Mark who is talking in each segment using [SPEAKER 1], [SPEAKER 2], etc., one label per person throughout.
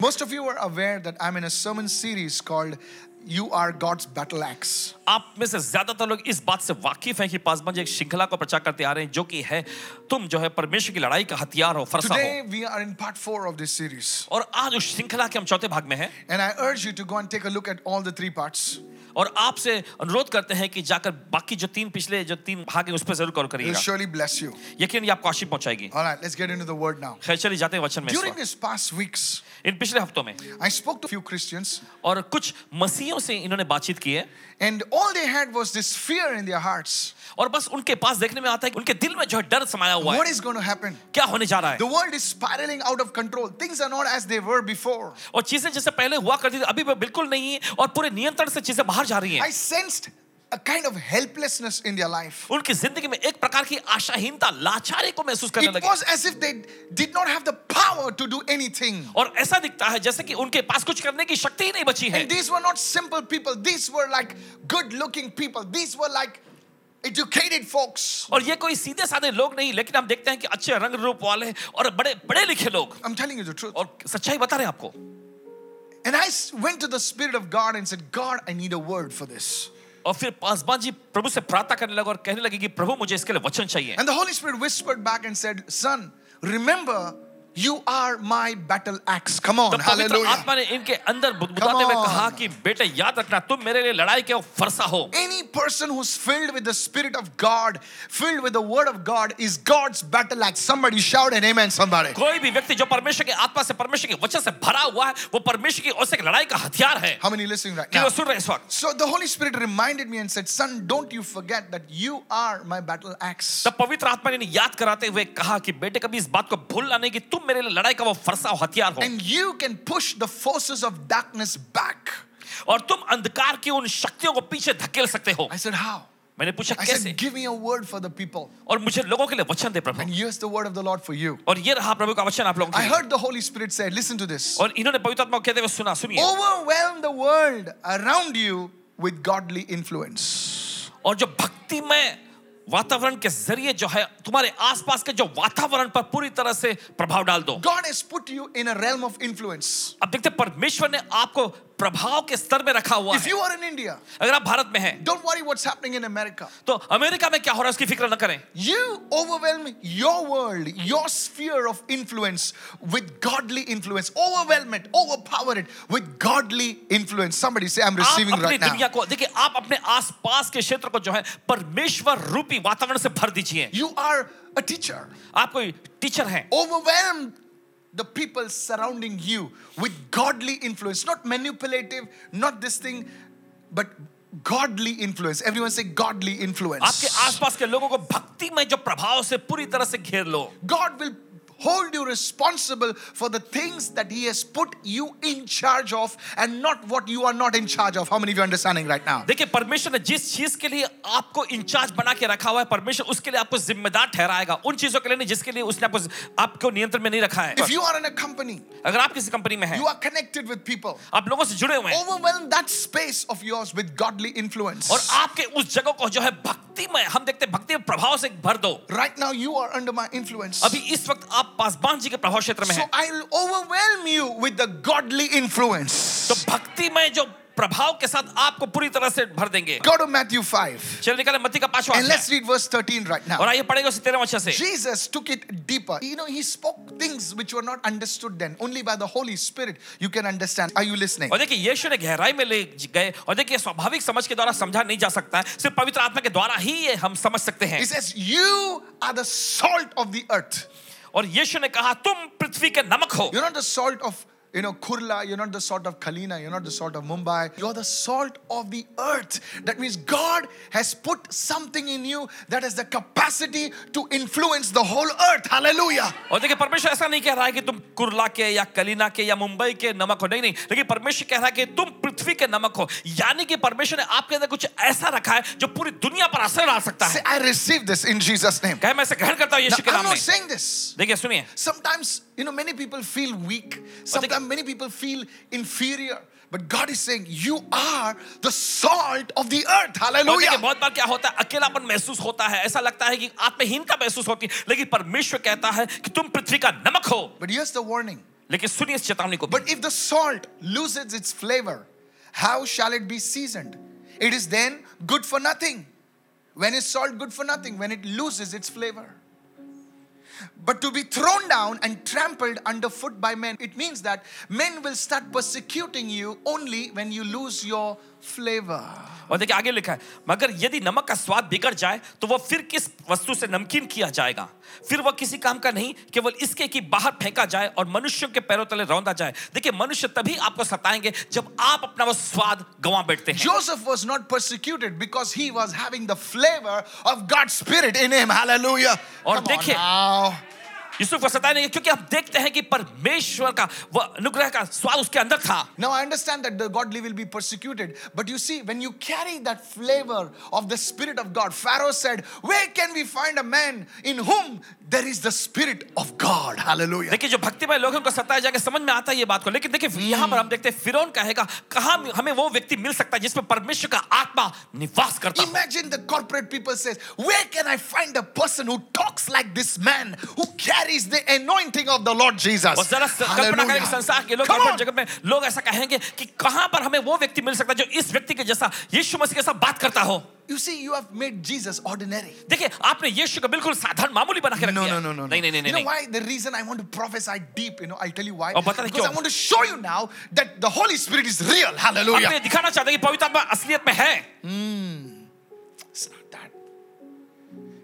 [SPEAKER 1] Most of you are aware that I'm in a sermon series called You Are God's Battle Axe.
[SPEAKER 2] आप में से ज्यादातर लोग इस बात से वाकिफ हैं कि पासबंज एक श्रृंखला को प्रचार करते आ रहे हैं जो कि है तुम जो है परमेश्वर की लड़ाई का हथियार हो फरसा
[SPEAKER 1] Today
[SPEAKER 2] हो
[SPEAKER 1] we are in part 4 of this series.
[SPEAKER 2] और आज उस श्रृंखला के हम चौथे भाग में हैं
[SPEAKER 1] And I urge you to go and take a look at all the three parts.
[SPEAKER 2] और आपसे अनुरोध करते हैं कि जाकर बाकी जो तीन पिछले जो तीन भाग हैं उस पर जरूर गौर
[SPEAKER 1] It will
[SPEAKER 2] करिएगा
[SPEAKER 1] surely bless you.
[SPEAKER 2] यकीन ये आपको आशीष पहुंचाएगी
[SPEAKER 1] All right, let's get into the word now.
[SPEAKER 2] खैर चलिए जाते हैं वचन में इस
[SPEAKER 1] During
[SPEAKER 2] वक्त।
[SPEAKER 1] these past weeks,
[SPEAKER 2] इन पिछले हफ्तों में
[SPEAKER 1] I spoke to a few Christians,
[SPEAKER 2] और कुछ मसीहों से इन्होंने बातचीत की है
[SPEAKER 1] and all they had was this fear in their hearts.
[SPEAKER 2] और बस उनके पास देखने में आता है कि उनके दिल में जो है डर समाया हुआ
[SPEAKER 1] What
[SPEAKER 2] है
[SPEAKER 1] is going to happen?
[SPEAKER 2] क्या होने जा रहा है
[SPEAKER 1] The world is spiraling out of control. Things are not as they were before.
[SPEAKER 2] और चीजें जैसे पहले हुआ करती थी अभी वो बिल्कुल नहीं है और पूरे नियंत्रण से चीजें बाहर जा रही हैं
[SPEAKER 1] I sensed a kind of helplessness in their life.
[SPEAKER 2] उनकी जिंदगी में एक प्रकार की आशाहीनता लाचारी को महसूस करने
[SPEAKER 1] It
[SPEAKER 2] लगे
[SPEAKER 1] was as if they did not have the power to do anything.
[SPEAKER 2] और ऐसा दिखता है जैसे कि उनके पास कुछ करने की शक्ति ही नहीं बची है
[SPEAKER 1] And these were not simple people, these were like good looking people, these were like educated folks.
[SPEAKER 2] और ये कोई सीधे साधे लोग नहीं लेकिन हम देखते हैं कि अच्छे रंग रूप वाले और बड़े बड़े लिखे लोग
[SPEAKER 1] I'm telling you the truth.
[SPEAKER 2] और सच्चाई बता रहे हैं आपको
[SPEAKER 1] And I s- went to the Spirit of God and said, God, I need a word for this.
[SPEAKER 2] और फिर पासवान जी प्रभु से प्रार्थना करने लगे और कहने लगे कि प्रभु मुझे इसके लिए वचन चाहिए
[SPEAKER 1] And the Holy Spirit whispered back and said, Son, remember, you are my battle axe. Come on,
[SPEAKER 2] तब पवित्र
[SPEAKER 1] hallelujah.
[SPEAKER 2] आत्मा ने इनके अंदर बुदबुदाते हुए
[SPEAKER 1] Come on.
[SPEAKER 2] कहा कि बेटे याद रखना तुम मेरे लिए लड़ाई के फरसा हो
[SPEAKER 1] Any person who's filled with the Spirit of God, filled with the Word of God, is God's battle axe. Somebody shout an amen, somebody.
[SPEAKER 2] कोई भी व्यक्ति जो परमेश्वर की आत्मा से परमेश्वर के वचन से भरा हुआ है वो परमेश्वर की ओर से एक लड़ाई का हथियार है
[SPEAKER 1] How many listening right
[SPEAKER 2] कि
[SPEAKER 1] now?
[SPEAKER 2] वो सुन रहे हैं इस वक्त
[SPEAKER 1] So the Holy Spirit reminded me and said, Son, don't you forget that you are my battle axe.
[SPEAKER 2] तब पवित्र आत्मा ने इन्हें याद कराते हुए कहा कि बेटे कभी इस बात को भूलना नहीं कि तुम मेरे लिए लड़ाई का वो फरसा हो हथियार हो
[SPEAKER 1] And you can push the forces of darkness back.
[SPEAKER 2] और तुम अंधकार की उन शक्तियों को पीछे धकेल सकते हो
[SPEAKER 1] I said, How?
[SPEAKER 2] मैंने पूछा
[SPEAKER 1] I
[SPEAKER 2] कैसे
[SPEAKER 1] said, Give me a word for the people.
[SPEAKER 2] और मुझे लोगों के लिए वचन दे
[SPEAKER 1] And
[SPEAKER 2] Prabhu
[SPEAKER 1] here's the word of the Lord for you.
[SPEAKER 2] और ये रहा प्रभु का वचन आप लोगों
[SPEAKER 1] I
[SPEAKER 2] के लिए।
[SPEAKER 1] heard the Holy Spirit say, Listen to this.
[SPEAKER 2] और इन्होंने पवित्र आत्मा को कहते हुए सुना सुनिए
[SPEAKER 1] Overwhelm the world around you with godly influence.
[SPEAKER 2] और जो भक्तिमय वातावरण के जरिए जो है तुम्हारे आसपास के जो वातावरण पर पूरी तरह से प्रभाव डाल दो
[SPEAKER 1] God has put you in a realm of influence.
[SPEAKER 2] अब देखते हैं, परमेश्वर ने आपको प्रभाव के स्तर में रखा हुआ
[SPEAKER 1] If
[SPEAKER 2] है
[SPEAKER 1] you are in India,
[SPEAKER 2] अगर आप भारत में हैं
[SPEAKER 1] don't worry what's happening in America.
[SPEAKER 2] तो अमेरिका में क्या हो रहा है उसकी फिक्र न करें
[SPEAKER 1] You overwhelm your world, your sphere of influence with godly influence. Overwhelm it, overpower it with godly influence. Somebody say, I'm
[SPEAKER 2] आप
[SPEAKER 1] receiving
[SPEAKER 2] अपनी
[SPEAKER 1] right
[SPEAKER 2] दुनिया
[SPEAKER 1] now.
[SPEAKER 2] को देखिए आप अपने आसपास के क्षेत्र को जो है परमेश्वर रूपी वातावरण से भर दीजिए
[SPEAKER 1] You are a teacher.
[SPEAKER 2] आप कोई टीचर हैं
[SPEAKER 1] Overwhelm the people surrounding you with godly influence. Not manipulative, not this thing, but godly influence. Everyone say, godly
[SPEAKER 2] आपके
[SPEAKER 1] influence.
[SPEAKER 2] आसपास के लोगों को भक्ति में जो प्रभाव से पूरी तरह से घेर लो
[SPEAKER 1] God will hold you responsible for the things that He has put you in charge of and not what you are not in charge of. How many of you are understanding right now?
[SPEAKER 2] देखिए परमेश्वर ने जिस चीज के लिए आपको in charge बना के रखा हुआ है परमेश्वर उसके लिए आपको जिम्मेदार ठहराएगा उन चीजों के लिए नहीं जिसके लिए उसने आपको आपको नियंत्रण में नहीं रखा है
[SPEAKER 1] If you are in a company,
[SPEAKER 2] अगर आप किसी कंपनी में हैं
[SPEAKER 1] you are connected with people.
[SPEAKER 2] आप लोगों से जुड़े हुए हैं
[SPEAKER 1] Overwhelm that space of yours with godly influence.
[SPEAKER 2] और आपके उस जगह को जो है भक्ति में हम देखते हैं भक्ति में प्रभाव से भर दो
[SPEAKER 1] Right now, you are under my influence.
[SPEAKER 2] अभी इस वक्त आप पासवान जी के प्रभाव क्षेत्र में
[SPEAKER 1] So
[SPEAKER 2] हैं
[SPEAKER 1] I'll overwhelm you with the godly
[SPEAKER 2] तो
[SPEAKER 1] influence.
[SPEAKER 2] भक्ति में जो प्रभाव के साथ आपको पूरी तरह से भर देंगे
[SPEAKER 1] Go to Matthew 5
[SPEAKER 2] चलिए निकाले मत्ती का पांचवा
[SPEAKER 1] and let's
[SPEAKER 2] अध्याय।
[SPEAKER 1] read verse 13 right now.
[SPEAKER 2] और आइए पढ़ेगा उसे तेरह वचन से
[SPEAKER 1] Jesus took it deeper. You know, he spoke things which were not understood then. Only by the Holy Spirit you can understand. Are you listening?
[SPEAKER 2] और देखिए यीशु ने गहराई में ले गए और देखिए स्वाभाविक समझ के द्वारा समझा नहीं जा सकता है सिर्फ पवित्र आत्मा के द्वारा ही ये हम समझ सकते हैं
[SPEAKER 1] He says, You are the salt of the earth.
[SPEAKER 2] और यीशु ने कहा तुम पृथ्वी के नमक हो
[SPEAKER 1] You're not the salt of, you know, Kurla. You're not the salt of Kalina. You're not the salt of Mumbai. You're the salt of the earth. That means God has put something in you that has the capacity to influence the whole earth. Hallelujah.
[SPEAKER 2] और देखिए परमेश्वर ऐसा नहीं कह रहा है कि तुम कुरला के या कलीना के या मुंबई के नमक हो नहीं नहीं लेकिन परमेश्वर कह रहा है कि तुम पृथ्वी के नमक हो यानी कि परमेश्वर ने आपके अंदर कुछ ऐसा रखा है जो पूरी दुनिया पर असर डाल सकता
[SPEAKER 1] Say,
[SPEAKER 2] है
[SPEAKER 1] I receive this in Jesus' name.
[SPEAKER 2] कहे मैं इसे ग्रहण करता हूँ
[SPEAKER 1] Now,
[SPEAKER 2] यीशु के
[SPEAKER 1] I'm
[SPEAKER 2] नाम
[SPEAKER 1] not
[SPEAKER 2] में
[SPEAKER 1] saying this.
[SPEAKER 2] देखिए सुनिए
[SPEAKER 1] Sometimes, you know, many people feel weak. Sometimes many people feel inferior. But God is saying, You are the salt of the earth.
[SPEAKER 2] और देखिए
[SPEAKER 1] Hallelujah.
[SPEAKER 2] बहुत बार क्या होता है अकेलापन महसूस होता है ऐसा लगता है कि आत्महीनता महसूस होती है लेकिन परमेश्वर कहता है कि तुम पृथ्वी का नमक हो
[SPEAKER 1] But here's the warning
[SPEAKER 2] लेकिन सुनिए इस चेतावनी को
[SPEAKER 1] But if the salt loses its flavor, how shall it be seasoned? It is then good for nothing. When is salt good for nothing? When it loses its flavor. But to be thrown down and trampled underfoot by men, it means that men will start persecuting you only when you lose your flavor.
[SPEAKER 2] और देखिए आगे लिखा है मगर यदि नमक का स्वाद बिगड़ जाए तो वह फिर किस वस्तु से नमकीन किया जाएगा फिर वह किसी काम का नहीं केवल इसके कि बाहर फेंका जाए और मनुष्यों के पैरों तले रौंदा जाए देखिए मनुष्य तभी आपको सताएंगे जब आप अपना वो स्वाद गंवा बैठते हैं
[SPEAKER 1] Joseph was not persecuted because he was having the flavor of God's Spirit in him. Hallelujah.
[SPEAKER 2] और
[SPEAKER 1] Come on
[SPEAKER 2] देखिए,
[SPEAKER 1] now.
[SPEAKER 2] यूसुफ को सताया नहीं क्योंकि आप देखते हैं कि परमेश्वर का वह अनुग्रह का स्वाद उसके अंदर था
[SPEAKER 1] Now I understand that the godly will be persecuted, but you see, when you carry that flavor of the Spirit of God, Pharaoh said, Where can we find a man in whom there is the Spirit of God? Hallelujah.
[SPEAKER 2] देखिए जो भक्तिमय लोग हैं उनको सताए जाएंगे समझ में आता है ये बात को लेकिन देखिए यहाँ पर हम देखते हैं फिरौन कहेगा कहा हमें वो व्यक्ति मिल सकता है जिसमें परमेश्वर का आत्मा निवास करता है
[SPEAKER 1] Imagine the corporate people says, Where can I find a person who talks like this man, who carries the anointing of the Lord Jesus?
[SPEAKER 2] और जरा स- कल्पना करें कि संसार के लोग
[SPEAKER 1] Come
[SPEAKER 2] corporate
[SPEAKER 1] on.
[SPEAKER 2] जगत में लोग ऐसा कहेंगे कि कहां पर हमें वो व्यक्ति मिल सकता है जो इस व्यक्ति के जैसा यीशु मसीह के साथ बात करता हो
[SPEAKER 1] You see, you have made Jesus ordinary.
[SPEAKER 2] देखिए आपने यीशु को बिल्कुल साधारण मामूली बना के रख
[SPEAKER 1] No,
[SPEAKER 2] दिया
[SPEAKER 1] no,
[SPEAKER 2] है।
[SPEAKER 1] no, no, no.
[SPEAKER 2] नहीं नहीं नहीं
[SPEAKER 1] You know
[SPEAKER 2] नहीं
[SPEAKER 1] why? The reason I want to prophesy deep, you know, I'll tell you why.
[SPEAKER 2] और बता दे
[SPEAKER 1] Because I
[SPEAKER 2] क्यों?
[SPEAKER 1] want to show you now that the Holy Spirit is real.
[SPEAKER 2] आपने
[SPEAKER 1] Hallelujah.
[SPEAKER 2] दिखाना चाहते हैं कि पवित्र आत्मा असलियत में है
[SPEAKER 1] It's not that.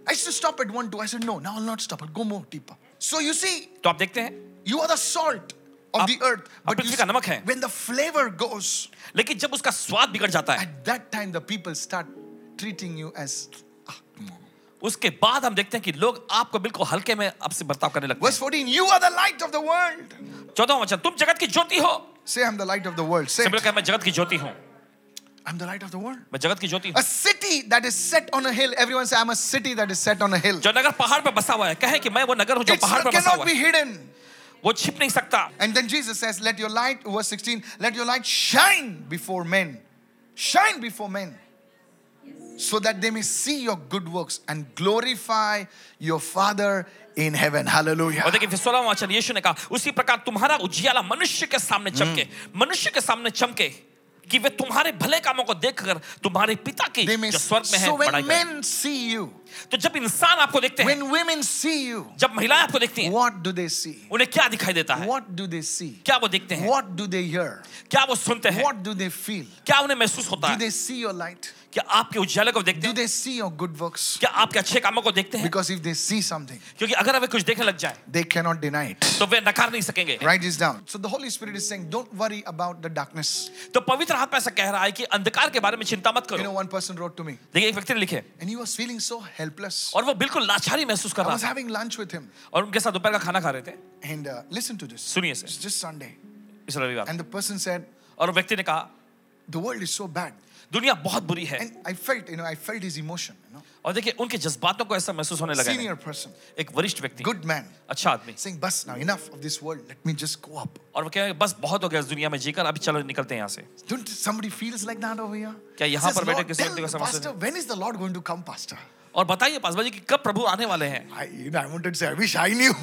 [SPEAKER 1] I used to stop at one, two. I said, no, now I'll not stop. I'll go more deeper. So you see,
[SPEAKER 2] तो आप देखते हैं
[SPEAKER 1] you are the salt of
[SPEAKER 2] आप-
[SPEAKER 1] the earth.
[SPEAKER 2] आप
[SPEAKER 1] But you
[SPEAKER 2] पृथ्वी का
[SPEAKER 1] see,
[SPEAKER 2] नमक हैं।
[SPEAKER 1] when the flavor goes,
[SPEAKER 2] लेकिन जब उसका स्वाद बिगड़ जाता है
[SPEAKER 1] at that time the people start treating you as.
[SPEAKER 2] उसके बाद हम देखते हैं कि लोग आपको बिल्कुल हल्के में आपसे बर्ताव करने लगते
[SPEAKER 1] Verse 14, you are the light of the world.
[SPEAKER 2] हैं चौदह वचन तुम जगत की ज्योति हो
[SPEAKER 1] Say, I'm the light of the world. Say,
[SPEAKER 2] सिमरन कहे मैं जगत की ज्योति हूँ
[SPEAKER 1] I'm the light of the world.
[SPEAKER 2] मैं जगत की ज्योति हूँ
[SPEAKER 1] A city that is set on a hill. Everyone say, I'm a city that is set on a hill.
[SPEAKER 2] जो नगर पहाड़ पर बसा हुआ है कहे कि मैं वो नगर हूँ जो
[SPEAKER 1] It
[SPEAKER 2] पहाड़ पर बसा
[SPEAKER 1] cannot
[SPEAKER 2] हुआ
[SPEAKER 1] be
[SPEAKER 2] है
[SPEAKER 1] hidden.
[SPEAKER 2] वो छिप नहीं सकता
[SPEAKER 1] And then Jesus says, Let your light, verse 16, let your light shine before men. Shine before men. So that they may see your good works and glorify your Father in heaven.
[SPEAKER 2] और
[SPEAKER 1] Hallelujah.
[SPEAKER 2] Oh, देखिए फिर सोलह वचन यीशु ने कहा उसी प्रकार तुम्हारा उजियाला मनुष्य के सामने चमके मनुष्य के सामने चमके कि वे तुम्हारे भले कामों को देखकर तुम्हारे पिता की
[SPEAKER 1] They may
[SPEAKER 2] जो स्वर्ग में है
[SPEAKER 1] so
[SPEAKER 2] बड़ाई
[SPEAKER 1] when
[SPEAKER 2] करें
[SPEAKER 1] men see you,
[SPEAKER 2] तो जब इंसान आपको देखते हैं
[SPEAKER 1] when women see you,
[SPEAKER 2] जब महिलाएं आपको देखती हैं
[SPEAKER 1] what do they see?
[SPEAKER 2] उन्हें क्या दिखाई देता है
[SPEAKER 1] What do they see?
[SPEAKER 2] क्या वो देखते हैं
[SPEAKER 1] What do they hear?
[SPEAKER 2] क्या वो सुनते हैं
[SPEAKER 1] What do they feel?
[SPEAKER 2] क्या उन्हें महसूस होता
[SPEAKER 1] Do
[SPEAKER 2] है
[SPEAKER 1] they see your light?
[SPEAKER 2] क्या आपके उज्याले को देखते
[SPEAKER 1] Do
[SPEAKER 2] हैं
[SPEAKER 1] they see your good works?
[SPEAKER 2] क्या आपके अच्छे कामों को देखते हैं
[SPEAKER 1] Because if they see something,
[SPEAKER 2] क्योंकि अगर वे कुछ देखने लग जाए
[SPEAKER 1] they cannot deny it.
[SPEAKER 2] तो वे नकार नहीं सकेंगे
[SPEAKER 1] Write this down. So the Holy Spirit is saying, don't worry about the darkness.
[SPEAKER 2] तो पवित्र आत्मा ऐसा कह रहा है कि अंधकार के बारे में चिंता मत
[SPEAKER 1] You know,
[SPEAKER 2] करो
[SPEAKER 1] one person wrote to me,
[SPEAKER 2] देखिए एक व्यक्ति ने लिखे
[SPEAKER 1] and he was feeling so helpless.
[SPEAKER 2] और वो बिल्कुल लाचारी महसूस कर
[SPEAKER 1] I
[SPEAKER 2] रहा
[SPEAKER 1] was
[SPEAKER 2] था
[SPEAKER 1] having lunch with him,
[SPEAKER 2] और उनके साथ दोपहर का खाना खा रहे थे
[SPEAKER 1] and uh, listen to this.
[SPEAKER 2] सुनिए
[SPEAKER 1] It's
[SPEAKER 2] इसे
[SPEAKER 1] just Sunday,
[SPEAKER 2] इस रविवार
[SPEAKER 1] and the person said,
[SPEAKER 2] और व्यक्ति ने कहा
[SPEAKER 1] "The world is so bad,"
[SPEAKER 2] दुनिया बहुत बुरी है
[SPEAKER 1] and I felt, you know, I felt his emotion. You know,
[SPEAKER 2] और देखिए उनके जज्बातों को ऐसा महसूस होने लगा है।
[SPEAKER 1] senior person,
[SPEAKER 2] एक वरिष्ठ व्यक्ति
[SPEAKER 1] good man,
[SPEAKER 2] अच्छा आदमी
[SPEAKER 1] saying, "Bus now, enough of this world. Let me just go up."
[SPEAKER 2] और वो कह रहे हैं, बस बहुत हो गया इस दुनिया में जीकर अभी चलो निकलते हैं यहाँ से
[SPEAKER 1] Don't somebody feels like that over here?
[SPEAKER 2] क्या यहाँ
[SPEAKER 1] Says,
[SPEAKER 2] पर बैठे
[SPEAKER 1] "Lord,
[SPEAKER 2] किसी
[SPEAKER 1] tell
[SPEAKER 2] व्यक्ति को
[SPEAKER 1] the
[SPEAKER 2] समझ
[SPEAKER 1] pastor, when is the Lord going to come, pastor?
[SPEAKER 2] और बताइए पासवा जी कि कब प्रभु आने वाले हैं
[SPEAKER 1] I, you know, I wanted to say, I wish I knew.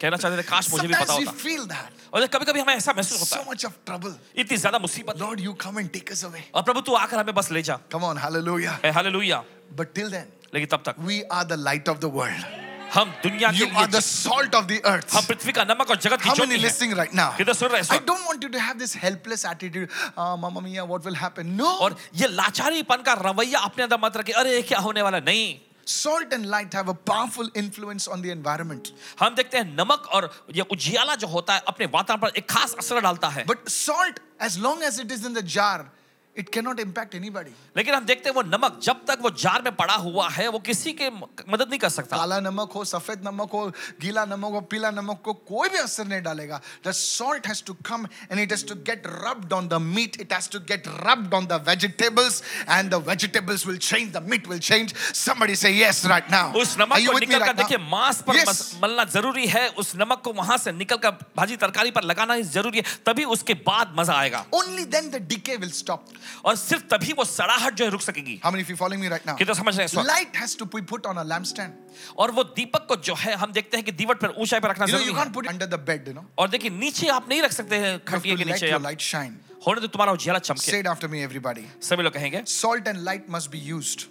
[SPEAKER 2] कहना चाहते थे काश मुझे भी पता
[SPEAKER 1] Sometimes we
[SPEAKER 2] होता
[SPEAKER 1] feel that.
[SPEAKER 2] और कभी कभी हमें ऐसा महसूस होता
[SPEAKER 1] so
[SPEAKER 2] है
[SPEAKER 1] much of trouble.
[SPEAKER 2] इतनी ज्यादा मुसीबत
[SPEAKER 1] Lord, you come and take us away.
[SPEAKER 2] और प्रभु तू आकर हमें बस ले जा
[SPEAKER 1] Come on, hallelujah.
[SPEAKER 2] हाले
[SPEAKER 1] But till then,
[SPEAKER 2] लेकिन तब तक
[SPEAKER 1] we are the light of the world.
[SPEAKER 2] हम दुनिया के
[SPEAKER 1] You
[SPEAKER 2] लिए
[SPEAKER 1] are the salt of the
[SPEAKER 2] हम
[SPEAKER 1] earth.
[SPEAKER 2] पृथ्वी का नमक और जगत की
[SPEAKER 1] How
[SPEAKER 2] ज्योति
[SPEAKER 1] many
[SPEAKER 2] हैं।
[SPEAKER 1] listening right now?
[SPEAKER 2] किधर सुन रहे हैं इस
[SPEAKER 1] I
[SPEAKER 2] वक्त?
[SPEAKER 1] don't want you to have this helpless attitude. Ah, Mamma Mia, what will happen? No.
[SPEAKER 2] और ये लाचारीपन का रवैया अपने अंदर मत रखे अरे ये क्या होने वाला है? नहीं
[SPEAKER 1] Salt and light have a powerful influence on the environment.
[SPEAKER 2] हम देखते हैं नमक और ये उजियाला जो होता है अपने वातावरण पर एक खास असर डालता है
[SPEAKER 1] But salt, as long as it is in the jar, it cannot impact anybody.
[SPEAKER 2] लेकिन हम देखते हैं वो नमक जब तक वो जार में पड़ा हुआ है वो किसी के म- मदद नहीं कर सकता
[SPEAKER 1] काला नमक हो सफेद नमक हो गीला नमक हो पीला नमक को कोई भी असर नहीं डालेगा the salt has to come and it has to get rubbed on the meat it has to get rubbed on the vegetables and the vegetables will change the meat will change somebody say yes right now
[SPEAKER 2] उस
[SPEAKER 1] Are
[SPEAKER 2] नमक को
[SPEAKER 1] you with me
[SPEAKER 2] निकल कर
[SPEAKER 1] right now?
[SPEAKER 2] देखिए मांस पर
[SPEAKER 1] Yes.
[SPEAKER 2] मस- मलना जरूरी है उस नमक को वहां से निकल कर भाजी तरकारी पर लगाना ही जरूरी है तभी उसके बाद मजा आएगा
[SPEAKER 1] only then the decay will stop
[SPEAKER 2] और सिर्फ तभी वो सड़ाहट जो है रुक सकेगी
[SPEAKER 1] How many of you following me right now?
[SPEAKER 2] कितना समझ रहे हैं इस वक्त?
[SPEAKER 1] Light has to be put on a lampstand.
[SPEAKER 2] और वो दीपक को जो है हम देखते हैं कि दीवट पर ऊंचाई पर रखना
[SPEAKER 1] You know, you
[SPEAKER 2] जरूरी है
[SPEAKER 1] can't put it under the bed, you know.
[SPEAKER 2] और देखिए नीचे आप नहीं रख सकते हैं
[SPEAKER 1] You have
[SPEAKER 2] खटिया के
[SPEAKER 1] to let
[SPEAKER 2] नीचे
[SPEAKER 1] your
[SPEAKER 2] आप-
[SPEAKER 1] light shine.
[SPEAKER 2] होने तो तुम्हारा उजियाला
[SPEAKER 1] Say
[SPEAKER 2] चमके
[SPEAKER 1] it after me, everybody.
[SPEAKER 2] सभी लोग कहेंगे
[SPEAKER 1] Salt and light must be used,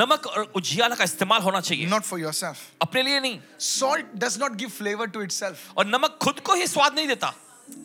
[SPEAKER 2] नमक और उजियाला का इस्तेमाल होना चाहिए
[SPEAKER 1] not for yourself.
[SPEAKER 2] अपने लिए नहीं
[SPEAKER 1] Salt does not give flavor to itself.
[SPEAKER 2] और नमक खुद को ही स्वाद नहीं देता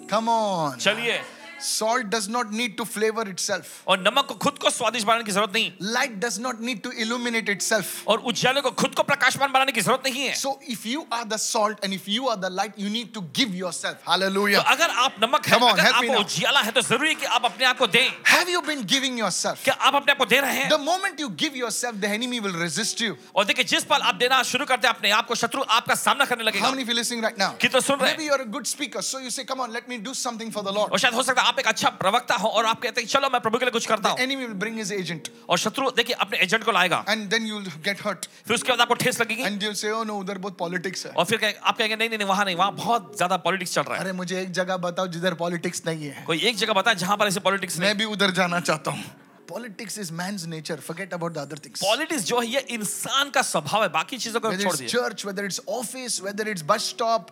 [SPEAKER 1] Come on.
[SPEAKER 2] चलिए
[SPEAKER 1] Salt does not need to flavor itself.
[SPEAKER 2] और नमक को खुद को स्वादिष्ट बनाने की जरूरत नहीं
[SPEAKER 1] Light does not need to illuminate itself.
[SPEAKER 2] और उज्याले को खुद को प्रकाशमान बनाने की जरूरत नहीं है
[SPEAKER 1] So, if you are the salt and if you are the light, you need to give yourself.
[SPEAKER 2] तो
[SPEAKER 1] Hallelujah.
[SPEAKER 2] अगर आप नमक है
[SPEAKER 1] Come on,
[SPEAKER 2] अगर
[SPEAKER 1] help me
[SPEAKER 2] आप
[SPEAKER 1] now.
[SPEAKER 2] उज्याला है तो जरूरी है कि आप अपने आप को दें
[SPEAKER 1] Have you been giving yourself?
[SPEAKER 2] क्या आप अपने आप को दे रहे हैं
[SPEAKER 1] The moment you give yourself, the enemy will resist you.
[SPEAKER 2] और देखिए जिस पल आप देना शुरू करते हैं अपने आप को शत्रु आपका सामना करने
[SPEAKER 1] How
[SPEAKER 2] लगेगा
[SPEAKER 1] many of you listening right now?
[SPEAKER 2] कितना सुन रहे
[SPEAKER 1] Maybe
[SPEAKER 2] हैं
[SPEAKER 1] you're a good speaker, so you say, Come on, let me do something for the Lord.
[SPEAKER 2] और शायद हो सकता है आप एक अच्छा प्रवक्ता हो और आप कहते हैं चलो मैं प्रभु के लिए कुछ करता हूँ
[SPEAKER 1] Enemy will bring his agent,
[SPEAKER 2] और शत्रु देखिए अपने एजेंट को लाएगा
[SPEAKER 1] and then you'll get hurt.
[SPEAKER 2] फिर उसके बाद आपको ठेस लगेगी
[SPEAKER 1] And you'll say, Oh no, उधर बहुत politics है.
[SPEAKER 2] और फिर कहे- आप कहेंगे नहीं नहीं नहीं वहां नहीं वहां बहुत ज्यादा पॉलिटिक्स चल रहा है
[SPEAKER 1] अरे मुझे एक जगह बताओ जिधर पॉलिटिक्स नहीं है
[SPEAKER 2] कोई एक जगह बताए जहां पर ऐसे पॉलिटिक्स नहीं
[SPEAKER 1] मैं भी उधर जाना चाहता हूँ politics is man's nature forget about the other things
[SPEAKER 2] politics जो है ये इंसान का स्वभाव है बाकी चीजों को
[SPEAKER 1] whether
[SPEAKER 2] छोड़
[SPEAKER 1] it's
[SPEAKER 2] दीजिए
[SPEAKER 1] church whether it's office whether it's bus stop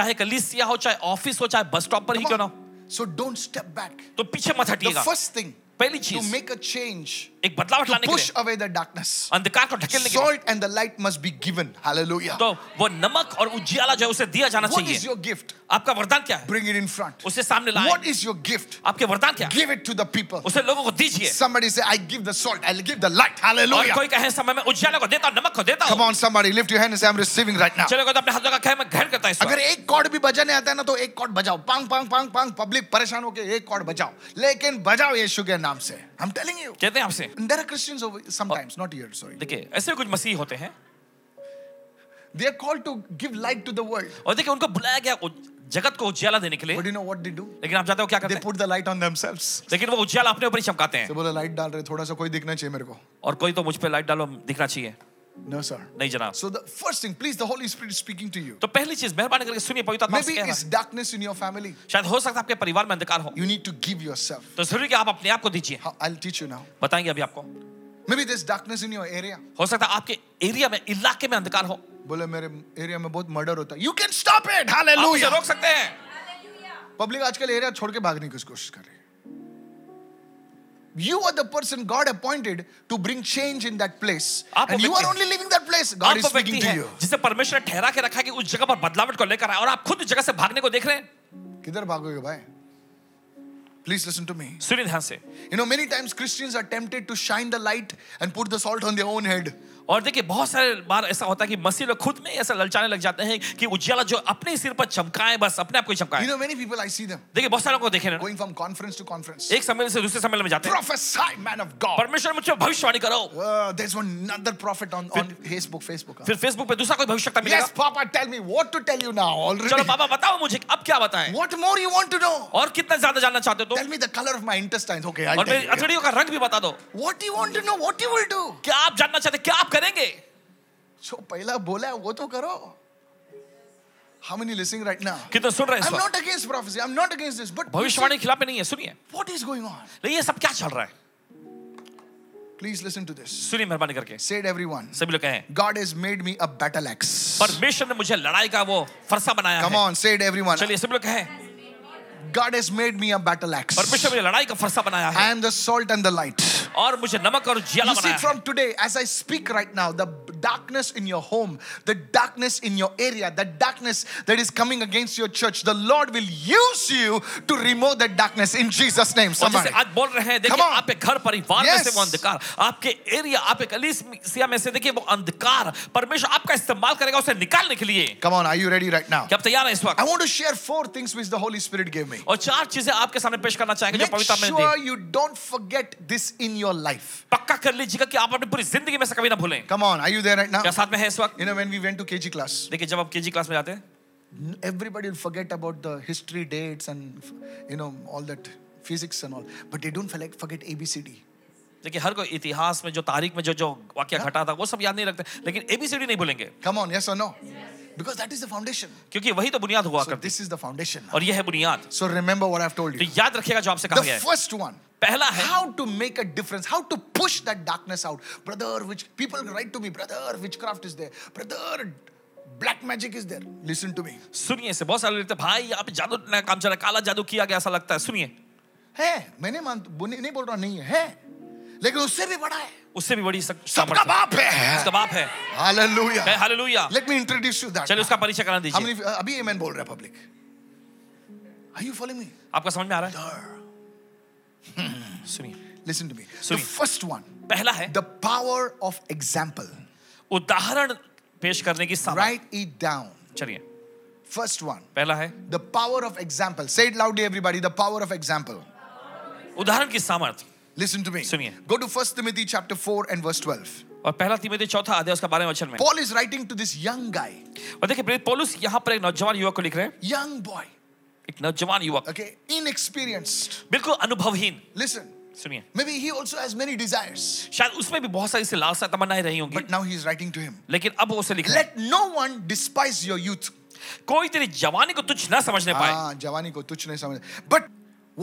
[SPEAKER 2] चाहे कलीसिया हो चाहे ऑफिस हो चाहे बस स्टॉप पर ही क्यों ना हो
[SPEAKER 1] so don't step back
[SPEAKER 2] तो पीछे मत
[SPEAKER 1] the
[SPEAKER 2] हटिएगा
[SPEAKER 1] first thing
[SPEAKER 2] पहली
[SPEAKER 1] to
[SPEAKER 2] चीज
[SPEAKER 1] make a change
[SPEAKER 2] एक बदलाव लाने के
[SPEAKER 1] push
[SPEAKER 2] लिए
[SPEAKER 1] away the darkness
[SPEAKER 2] अंधकार को ढकेलने के लिए
[SPEAKER 1] salt and the light must be given hallelujah
[SPEAKER 2] तो वो नमक और उजियाला जो है उसे दिया जाना
[SPEAKER 1] what is
[SPEAKER 2] चाहिए
[SPEAKER 1] your gift
[SPEAKER 2] आपका वरदान क्या है
[SPEAKER 1] bring it in front
[SPEAKER 2] उसे सामने लाए
[SPEAKER 1] what is your gift
[SPEAKER 2] आपके वरदान क्या है?
[SPEAKER 1] give it to the people
[SPEAKER 2] उसे लोगों को दीजिए
[SPEAKER 1] somebody say i give the salt i'll give the light
[SPEAKER 2] और
[SPEAKER 1] hallelujah
[SPEAKER 2] कोई कहे समय में उजियाला को देता हूं नमक को देता
[SPEAKER 1] come
[SPEAKER 2] हूं
[SPEAKER 1] on somebody lift your hand and say i'm receiving right now
[SPEAKER 2] चलो कोई तो अपने हाथों का कहे मैं घर करता हूं
[SPEAKER 1] अगर एक कॉर्ड भी बजाने आता है ना तो एक कॉर्ड बजाओ पांग पांग पांग पांग पब्लिक परेशान होके एक कॉर्ड बजाओ लेकिन बजाओ यीशु के नाम से आई एम टेलिंग यू
[SPEAKER 2] कहते हैं आपसे
[SPEAKER 1] there are Christians sometimes not here sorry
[SPEAKER 2] देखिए ऐसे कुछ मसीह होते हैं
[SPEAKER 1] they are called to give light to the world
[SPEAKER 2] और देखिए उनको बुलाया गया उज- जगत को उज्याला देने के लिए
[SPEAKER 1] but you know what they do
[SPEAKER 2] लेकिन आप जानते हो क्या करते
[SPEAKER 1] दे
[SPEAKER 2] हैं
[SPEAKER 1] put the light on themselves
[SPEAKER 2] लेकिन वो उज्याला अपने ऊपर ही चमकाते हैं
[SPEAKER 1] तो बोला लाइट डाल रहे थोड़ा सा कोई दिखना चाहिए मेरे को
[SPEAKER 2] और कोई तो मुझ पे लाइट डालो दिखना चाहिए
[SPEAKER 1] नो सर
[SPEAKER 2] नहीं जनाब
[SPEAKER 1] so the first thing please the holy spirit speaking to you
[SPEAKER 2] तो पहली चीज मेहरबानी करके सुनिए पवित्र आत्मा
[SPEAKER 1] maybe
[SPEAKER 2] से कह रहा
[SPEAKER 1] it's darkness in your family
[SPEAKER 2] है। शायद हो सकता है आपके परिवार में अंधकार हो
[SPEAKER 1] you need to give yourself
[SPEAKER 2] तो जरूरी है कि आप अपने आप को दीजिए
[SPEAKER 1] How- i'll teach you now
[SPEAKER 2] बताएंगे अभी आपको
[SPEAKER 1] maybe there's darkness in your area
[SPEAKER 2] हो सकता है आपके एरिया में इलाके में अंधकार हो
[SPEAKER 1] बोले मेरे एरिया में बहुत मर्डर होता है यू कैन स्टॉप इट
[SPEAKER 2] आप उसे
[SPEAKER 1] हालेलुया
[SPEAKER 2] रोक सकते हैं
[SPEAKER 1] पब्लिक आजकल एरिया छोड़ के भागने की कोशिश कर रही है you are the person God appointed to bring change in that place
[SPEAKER 2] आप वो
[SPEAKER 1] एंड यू आर
[SPEAKER 2] व्यक्ति-
[SPEAKER 1] ओनली लिविंग दैट प्लेस
[SPEAKER 2] आप
[SPEAKER 1] गॉड इज
[SPEAKER 2] वो व्यक्ति
[SPEAKER 1] स्पीकिंग टू
[SPEAKER 2] है
[SPEAKER 1] यू
[SPEAKER 2] जिसे परमेश्वर ने ठहरा के रखा है कि उस जगह पर बदलावट को लेकर आए और आप खुद उस जगह से भागने को देख रहे हैं
[SPEAKER 1] किधर भागोगे भाई Please listen to me.
[SPEAKER 2] सुनिए ध्यान से
[SPEAKER 1] You know, many times Christians are tempted to shine the light and put the salt on their own head.
[SPEAKER 2] और देखिए बहुत सारे बार ऐसा होता है कि मसीह लोग खुद में ऐसा ललचाने लग जाते हैं कि उज्याला जो अपने सिर पर चमकाए बस अपने आप को ही चमकाए
[SPEAKER 1] You know, many people I see them
[SPEAKER 2] देखिए बहुत सारे लोगों को देखे ना
[SPEAKER 1] going from conference to conference.
[SPEAKER 2] एक सम्मेलन से दूसरे सम्मेलन में जाते हैं
[SPEAKER 1] Prophesy, man of God.
[SPEAKER 2] परमेश्वर मुझे भविष्यवाणी करो
[SPEAKER 1] Uh, there's one another prophet on, on Facebook. Facebook. huh?
[SPEAKER 2] फिर फेसबुक पे दूसरा कोई भविष्यता मिलेगा
[SPEAKER 1] Yes, Papa, tell me what to tell you now
[SPEAKER 2] चलो
[SPEAKER 1] already.
[SPEAKER 2] पापा बताओ मुझे अब क्या बताएं
[SPEAKER 1] What more you want to know?
[SPEAKER 2] और कितना ज्यादा जानना चाहते हो
[SPEAKER 1] Tell me the color of my intestines. Okay, I'll
[SPEAKER 2] तुम और
[SPEAKER 1] tell
[SPEAKER 2] मेरी
[SPEAKER 1] you.
[SPEAKER 2] अथड़ियों का रंग भी बता दो
[SPEAKER 1] What do you want to know? What you will do?
[SPEAKER 2] क्या आप जानना चाहते हैं? क्या आप करेंगे
[SPEAKER 1] जो पहला बोला है वो तो करो. How many listening right now?
[SPEAKER 2] कितना सुन रहे हैं
[SPEAKER 1] I'm
[SPEAKER 2] इस वक्त?
[SPEAKER 1] not against prophecy. I'm not against this. But you
[SPEAKER 2] भविष्यवाणी
[SPEAKER 1] see,
[SPEAKER 2] के खिलाफ में नहीं है सुनिए
[SPEAKER 1] what is going on?
[SPEAKER 2] लेकिन ये सब क्या चल रहा है
[SPEAKER 1] Please listen to this.
[SPEAKER 2] सुनिए मेहरबानी करके
[SPEAKER 1] Said everyone.
[SPEAKER 2] सभी लोग कहें
[SPEAKER 1] God has made me a battle axe.
[SPEAKER 2] परमेश्वर ने मुझे लड़ाई का वो फरसा बनाया
[SPEAKER 1] Come
[SPEAKER 2] है
[SPEAKER 1] on, say it everyone.
[SPEAKER 2] चलिए सभी लोग कहें
[SPEAKER 1] God has made me a battle axe.
[SPEAKER 2] परमेश्वर मुझे लड़ाई का फरसा बनाया है
[SPEAKER 1] I am the salt and the light.
[SPEAKER 2] और मुझे नमक और जियाला
[SPEAKER 1] You see,
[SPEAKER 2] बनाया है
[SPEAKER 1] from today, as I speak right now, the b- darkness in your home, the darkness in your area, the darkness that is coming against your church, the Lord will use you to remove that darkness in Jesus' name.
[SPEAKER 2] और जैसे
[SPEAKER 1] Somebody.
[SPEAKER 2] आज बोल रहे हैं देखिए
[SPEAKER 1] Come on.
[SPEAKER 2] आपके घर परिवार में
[SPEAKER 1] Yes.
[SPEAKER 2] से वो अंधकार आपके एरिया आपके कलीसिया में से देखिए वो अंधकार परमेश्वर आपका इस्तेमाल करेगा उसे निकालने के लिए
[SPEAKER 1] Come on, are you ready right now?
[SPEAKER 2] क्या आप तैयार हैं इस
[SPEAKER 1] I
[SPEAKER 2] वक्त
[SPEAKER 1] want to share four things which the Holy Spirit gave me.
[SPEAKER 2] और चार चीजें आपके सामने पेश करना चाहेंगे जो
[SPEAKER 1] Make
[SPEAKER 2] पवित्र आत्मा ने
[SPEAKER 1] sure
[SPEAKER 2] the
[SPEAKER 1] you don't forget this in your life.
[SPEAKER 2] पक्का कर लीजिएगा कि आप अपनी पूरी जिंदगी में से कभी ना भूलें
[SPEAKER 1] Come on, are you there right now?
[SPEAKER 2] क्या साथ में है इस वक्त
[SPEAKER 1] You know, when we went to KG class,
[SPEAKER 2] देखिए जब आप केजी क्लास में जाते हैं
[SPEAKER 1] n- everybody will forget about the history dates and, you know, all that physics and all. But they don't forget forget ABCD.
[SPEAKER 2] देखिए हर कोई
[SPEAKER 1] हाँ।
[SPEAKER 2] इतिहास में जो तारीख में जो जो वाक्य घटा था वो सब याद नहीं रखते लेकिन एबीसीडी नहीं भूलेंगे
[SPEAKER 1] Come on, yes or no? Because that is the foundation.
[SPEAKER 2] क्योंकि वही तो बुनियाद हुआ
[SPEAKER 1] So
[SPEAKER 2] करती
[SPEAKER 1] this is the foundation. now.
[SPEAKER 2] और यह है बुनियाद
[SPEAKER 1] So remember what I've told
[SPEAKER 2] तो
[SPEAKER 1] you.
[SPEAKER 2] याद रखिएगा जो आपसे
[SPEAKER 1] The
[SPEAKER 2] कहा गया है
[SPEAKER 1] first one.
[SPEAKER 2] पहला है
[SPEAKER 1] How to make a difference, how to push that darkness out. Brother, which people write to me, brother, witchcraft is there, brother, black magic is there. Listen to me.
[SPEAKER 2] सुनिए से बहुत सारे लोग कहते हैं, भाई यहाँ पे जादू नया काम चल रहा है काला जादू किया गया ऐसा लगता है सुनिए
[SPEAKER 1] है मैंने मान बुने- नहीं बोल रहा हूं, नहीं है, है लेकिन उससे भी बड़ा है
[SPEAKER 2] उससे भी बड़ी सक-
[SPEAKER 1] सबका
[SPEAKER 2] सामर्थ्य है।
[SPEAKER 1] बाप
[SPEAKER 2] उसका
[SPEAKER 1] है
[SPEAKER 2] बाप है
[SPEAKER 1] हालेलुया
[SPEAKER 2] कहे hallelujah
[SPEAKER 1] let me introduce you that
[SPEAKER 2] चलिए उसका परिचय करा
[SPEAKER 1] हम
[SPEAKER 2] दीजिए
[SPEAKER 1] अभी एमेन बोल रहे हैं public are you following me
[SPEAKER 2] आपका समझ में आ रहा है सुनिए
[SPEAKER 1] लिसन टू मी द
[SPEAKER 2] सुनिए।
[SPEAKER 1] फर्स्ट वन
[SPEAKER 2] पहला है
[SPEAKER 1] द पावर ऑफ एग्जांपल
[SPEAKER 2] उदाहरण पेश करने की सामर्थ्य
[SPEAKER 1] राइट इट डाउन
[SPEAKER 2] चलिए
[SPEAKER 1] फर्स्ट वन
[SPEAKER 2] पहला है
[SPEAKER 1] the power of example say it loudly everybody the power of example
[SPEAKER 2] उदाहरण की सामर्थ्य
[SPEAKER 1] लिसन टू मी
[SPEAKER 2] सुनिए।
[SPEAKER 1] Go to first Timothy chapter 4 and verse 12
[SPEAKER 2] और पहला तीमोथी चौथा अध्याय उसका बारहवें वचन में
[SPEAKER 1] Paul is writing to this young guy
[SPEAKER 2] और देखिए प्रेरित पौलुस यहाँ पर एक नौजवान युवक को लिख रहे हैं
[SPEAKER 1] यंग बॉय
[SPEAKER 2] एक नौजवान युवक
[SPEAKER 1] okay inexperienced
[SPEAKER 2] बिल्कुल अनुभवहीन
[SPEAKER 1] Listen,
[SPEAKER 2] सुनिए
[SPEAKER 1] maybe he also has many desires.
[SPEAKER 2] शायद उसमें भी बहुत सारी से लालसा तमन्नाएं रही होंगी
[SPEAKER 1] But now he's writing to him.
[SPEAKER 2] लेकिन अब वो उसे लिख रहा है
[SPEAKER 1] Let no one despise your youth.
[SPEAKER 2] कोई तेरी जवानी को तुच्छ ना समझने पाए
[SPEAKER 1] Ah, जवानी को तुच्छ नहीं समझ. But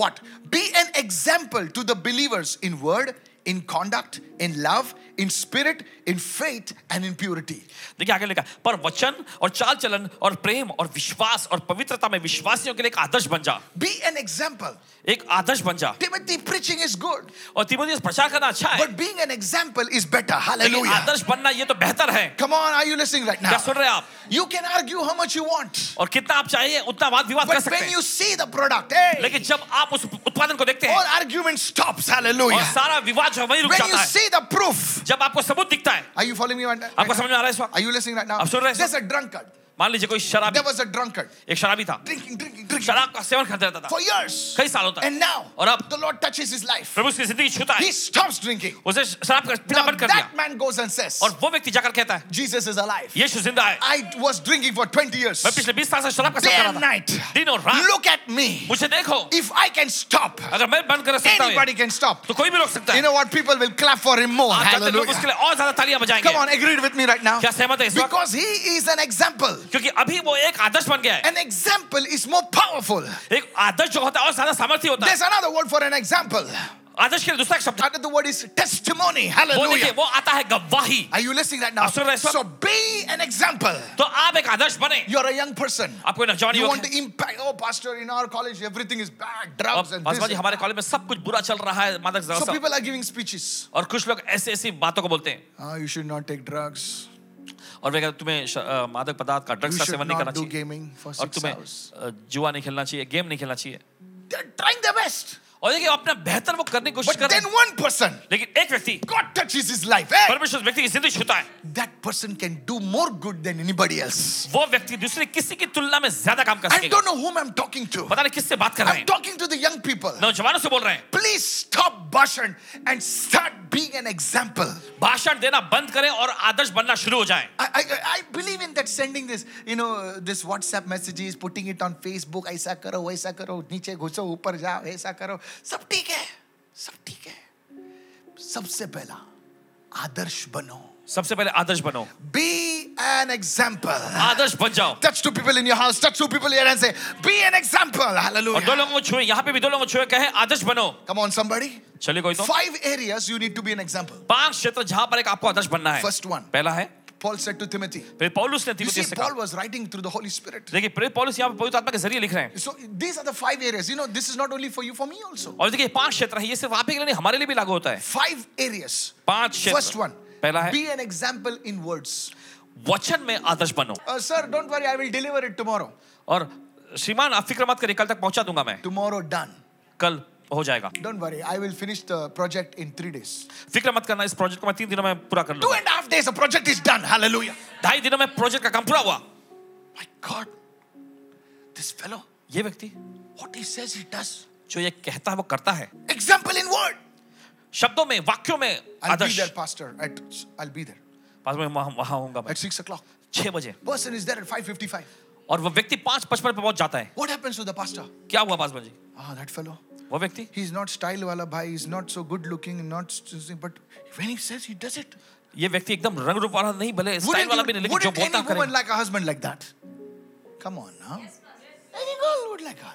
[SPEAKER 1] what? Be an example to the believers in word, in conduct, in love, in spirit, in faith, and in purity.
[SPEAKER 2] देखिए आगे लिखा पर वचन और चाल चलन और प्रेम और विश्वास और पवित्रता में विश्वासियों के लिए एक आदर्श बन जा
[SPEAKER 1] Be an example.
[SPEAKER 2] एक आदर्श बन जा
[SPEAKER 1] Timothy preaching is good,
[SPEAKER 2] और तिमोथी प्रचार करना अच्छा है
[SPEAKER 1] but being an example is better.
[SPEAKER 2] लेकिन
[SPEAKER 1] Hallelujah.
[SPEAKER 2] आदर्श बनना ये तो बेहतर है
[SPEAKER 1] Come on, are you listening right
[SPEAKER 2] क्या
[SPEAKER 1] now?
[SPEAKER 2] सुन रहे हैं आप
[SPEAKER 1] You can argue how much you want,
[SPEAKER 2] और कितना आप चाहिए उतना वाद विवाद कर
[SPEAKER 1] but
[SPEAKER 2] सकते
[SPEAKER 1] when
[SPEAKER 2] हैं
[SPEAKER 1] you see the product, hey,
[SPEAKER 2] लेकिन जब आप उस उत्पादन को देखते
[SPEAKER 1] all
[SPEAKER 2] हैं
[SPEAKER 1] argument stops.
[SPEAKER 2] और
[SPEAKER 1] Hallelujah.
[SPEAKER 2] सारा विवाद जो है वहीं रुक
[SPEAKER 1] When you
[SPEAKER 2] जाता है
[SPEAKER 1] see the proof,
[SPEAKER 2] जब आपको सबूत दिखता है
[SPEAKER 1] are you following me right now?
[SPEAKER 2] आपको समझ में आ रहा है इस वक्त
[SPEAKER 1] Are you listening right now?
[SPEAKER 2] आप सुन रहे हैं
[SPEAKER 1] There's a drunkard.
[SPEAKER 2] मान लीजिए कोई शराबी
[SPEAKER 1] There was a drunkard
[SPEAKER 2] एक शराबी था
[SPEAKER 1] drinking, drinking, drinking
[SPEAKER 2] शराब का सेवन करते रहता था
[SPEAKER 1] for years.
[SPEAKER 2] कई सालों तक
[SPEAKER 1] And now,
[SPEAKER 2] और अब
[SPEAKER 1] the Lord touches his life.
[SPEAKER 2] प्रभु उसकी जिंदगी छूता है
[SPEAKER 1] He stops drinking.
[SPEAKER 2] उसे शराब का पीना
[SPEAKER 1] Now,
[SPEAKER 2] बंद कर
[SPEAKER 1] that
[SPEAKER 2] दिया
[SPEAKER 1] man goes and says,
[SPEAKER 2] और वो व्यक्ति जाकर कहता है
[SPEAKER 1] Jesus is alive.
[SPEAKER 2] यीशु जिंदा है
[SPEAKER 1] I was drinking for 20 years.
[SPEAKER 2] मैं पिछले 20 साल से शराब का
[SPEAKER 1] Day
[SPEAKER 2] सेवन कर
[SPEAKER 1] and
[SPEAKER 2] रहा
[SPEAKER 1] night.
[SPEAKER 2] था दिन और रात
[SPEAKER 1] Look at me.
[SPEAKER 2] मुझे देखो
[SPEAKER 1] If I can stop,
[SPEAKER 2] अगर मैं बंद कर सकता हूँ
[SPEAKER 1] anybody can stop.
[SPEAKER 2] तो कोई भी रोक सकता
[SPEAKER 1] You
[SPEAKER 2] है
[SPEAKER 1] know what? People will clap for him more.
[SPEAKER 2] आप जानते हैं, लोग उसके
[SPEAKER 1] Hallelujah.
[SPEAKER 2] लिए और ज्यादा तालियां बजाएंगे
[SPEAKER 1] Come on, agree with me right now.
[SPEAKER 2] क्या सहमत है इस वक्त
[SPEAKER 1] Because he is an example.
[SPEAKER 2] क्योंकि अभी वो एक आदर्श बन गया है
[SPEAKER 1] An example is more powerful.
[SPEAKER 2] एक आदर्श जो होता है और ज्यादा सामर्थ्य होता है
[SPEAKER 1] There's another word for an example.
[SPEAKER 2] आदर्श के लिए दूसरा एक शब्द है।
[SPEAKER 1] Another word is testimony.
[SPEAKER 2] वो देखिए
[SPEAKER 1] Hallelujah.
[SPEAKER 2] वो आता है गवाही
[SPEAKER 1] Are you listening right now?
[SPEAKER 2] आप सुन रहे हैं इस वक्त?
[SPEAKER 1] So be an example.
[SPEAKER 2] तो आप एक आदर्श बने
[SPEAKER 1] You're a young person.
[SPEAKER 2] आपको नौजवान
[SPEAKER 1] You
[SPEAKER 2] युवक
[SPEAKER 1] want
[SPEAKER 2] है।
[SPEAKER 1] to impact. Oh, pastor, in our college, everything is bad. Drugs
[SPEAKER 2] और
[SPEAKER 1] and
[SPEAKER 2] पासवान जी
[SPEAKER 1] this.
[SPEAKER 2] हमारे कॉलेज में सब कुछ बुरा चल रहा है मादक द्रव्य
[SPEAKER 1] So
[SPEAKER 2] सब।
[SPEAKER 1] people are giving speeches.
[SPEAKER 2] और कुछ लोग ऐसी ऐसी बातों को बोलते हैं
[SPEAKER 1] Ah, you should not take drugs.
[SPEAKER 2] और वे कहते तुम्हें श- अ, मादक पदार्थ का
[SPEAKER 1] You
[SPEAKER 2] ड्रग्स का
[SPEAKER 1] should
[SPEAKER 2] सेवन नहीं
[SPEAKER 1] not
[SPEAKER 2] करना
[SPEAKER 1] do
[SPEAKER 2] चाहिए
[SPEAKER 1] gaming for
[SPEAKER 2] और
[SPEAKER 1] six
[SPEAKER 2] तुम्हें
[SPEAKER 1] hours.
[SPEAKER 2] अ, जुआ नहीं खेलना चाहिए गेम नहीं खेलना चाहिए
[SPEAKER 1] They're trying their best.
[SPEAKER 2] और देखिए अपना बेहतर वो करने की कोशिश
[SPEAKER 1] But
[SPEAKER 2] कर रहे
[SPEAKER 1] then
[SPEAKER 2] हैं
[SPEAKER 1] one person,
[SPEAKER 2] लेकिन एक व्यक्ति
[SPEAKER 1] God touches his life. Hey,
[SPEAKER 2] परमेश्वर उस व्यक्ति की जिंदगी छूता है
[SPEAKER 1] that person can do more good than anybody else.
[SPEAKER 2] वो व्यक्ति दूसरे किसी की तुलना में ज्यादा काम कर
[SPEAKER 1] I
[SPEAKER 2] सकेगा
[SPEAKER 1] don't know whom I'm talking to.
[SPEAKER 2] पता नहीं किससे बात कर रहे
[SPEAKER 1] I'm
[SPEAKER 2] हैं
[SPEAKER 1] talking to the young people.
[SPEAKER 2] नौजवानों से बोल रहे हैं
[SPEAKER 1] Please stop bashing and start being an example.
[SPEAKER 2] भाषण देना बंद करें और आदर्श बनना शुरू हो जाए
[SPEAKER 1] I, I, I believe in that sending this, you know, this WhatsApp messages, putting it on Facebook, ऐसा करो वैसा करो नीचे घुसो ऊपर जाओ ऐसा करो सब ठीक है सब ठीक है सबसे पहला आदर्श बनो
[SPEAKER 2] सबसे पहले आदर्श बनो
[SPEAKER 1] Be an example.
[SPEAKER 2] आदर्श बन जाओ
[SPEAKER 1] Touch two people in your house, touch two people here and say, Be an example.
[SPEAKER 2] और दो
[SPEAKER 1] Hallelujah.
[SPEAKER 2] लोगों को छुए यहाँ पे भी दो लोगों को छुए कहे आदर्श बनो
[SPEAKER 1] Come on, somebody.
[SPEAKER 2] चलिए कोई तो
[SPEAKER 1] Five areas you need to be an example.
[SPEAKER 2] पांच क्षेत्र जहां पर एक आपको आदर्श बनना है
[SPEAKER 1] First one.
[SPEAKER 2] पहला है
[SPEAKER 1] Paul said to Timothy,
[SPEAKER 2] फिर पौलुस ने
[SPEAKER 1] You
[SPEAKER 2] तीमुथियस
[SPEAKER 1] see,
[SPEAKER 2] से कहा
[SPEAKER 1] Paul was writing through the Holy Spirit.
[SPEAKER 2] देखिए प्रेरित पौलुस यहाँ पे पवित्र आत्मा के जरिए लिख रहे हैं
[SPEAKER 1] So these are the five areas. You know, this is not only for you, for me also.
[SPEAKER 2] और देखिए पांच क्षेत्र है ये सिर्फ आप ही के लिए नहीं हमारे लिए भी लागू होता है
[SPEAKER 1] Five areas.
[SPEAKER 2] पांच क्षेत्र
[SPEAKER 1] First one.
[SPEAKER 2] पहला है
[SPEAKER 1] Be an example in words.
[SPEAKER 2] वचन में आदर्श बनो
[SPEAKER 1] Uh, sir, don't worry, I will deliver it tomorrow.
[SPEAKER 2] और श्रीमान आप फिक्र मत करिए कल तक पहुंचा दूंगा मैं
[SPEAKER 1] Tomorrow done.
[SPEAKER 2] कल हो जाएगा
[SPEAKER 1] Don't worry, I will finish the project in three days.
[SPEAKER 2] फिक्र मत करना इस प्रोजेक्ट को मैं तीन दिनों में पूरा कर
[SPEAKER 1] Two
[SPEAKER 2] लूंगा
[SPEAKER 1] and a half days, the project is done. Hallelujah.
[SPEAKER 2] ढाई दिनों में प्रोजेक्ट का काम पूरा हुआ
[SPEAKER 1] My God, this fellow,
[SPEAKER 2] ये व्यक्ति
[SPEAKER 1] what he says, he does.
[SPEAKER 2] जो ये कहता है वो करता है
[SPEAKER 1] Example in word.
[SPEAKER 2] शब्दों में वाक्यों में
[SPEAKER 1] I'll
[SPEAKER 2] Adarsh
[SPEAKER 1] be there, Pastor. At, I'll be there
[SPEAKER 2] पास में वहां वहां होऊंगा मैं
[SPEAKER 1] at six o'clock.
[SPEAKER 2] छह बजे
[SPEAKER 1] Person is there at five fifty-five.
[SPEAKER 2] और वो व्यक्ति पांच पचपन पे पहुंच जाता है
[SPEAKER 1] What happens to the pastor?
[SPEAKER 2] क्या हुआ Paswan ji
[SPEAKER 1] Ah, that fellow.
[SPEAKER 2] वो व्यक्ति
[SPEAKER 1] He's not style wala bhai. He's not so good looking. Not but when he says, he does it.
[SPEAKER 2] ये व्यक्ति एकदम रंग रूप वाला नहीं भले स्टाइल वाला भी
[SPEAKER 1] Wouldn't,
[SPEAKER 2] नहीं
[SPEAKER 1] you,
[SPEAKER 2] लेकिन जो
[SPEAKER 1] wouldn't
[SPEAKER 2] बोलता
[SPEAKER 1] any woman
[SPEAKER 2] करे
[SPEAKER 1] like a husband like that? Come on now. Any girl would like her.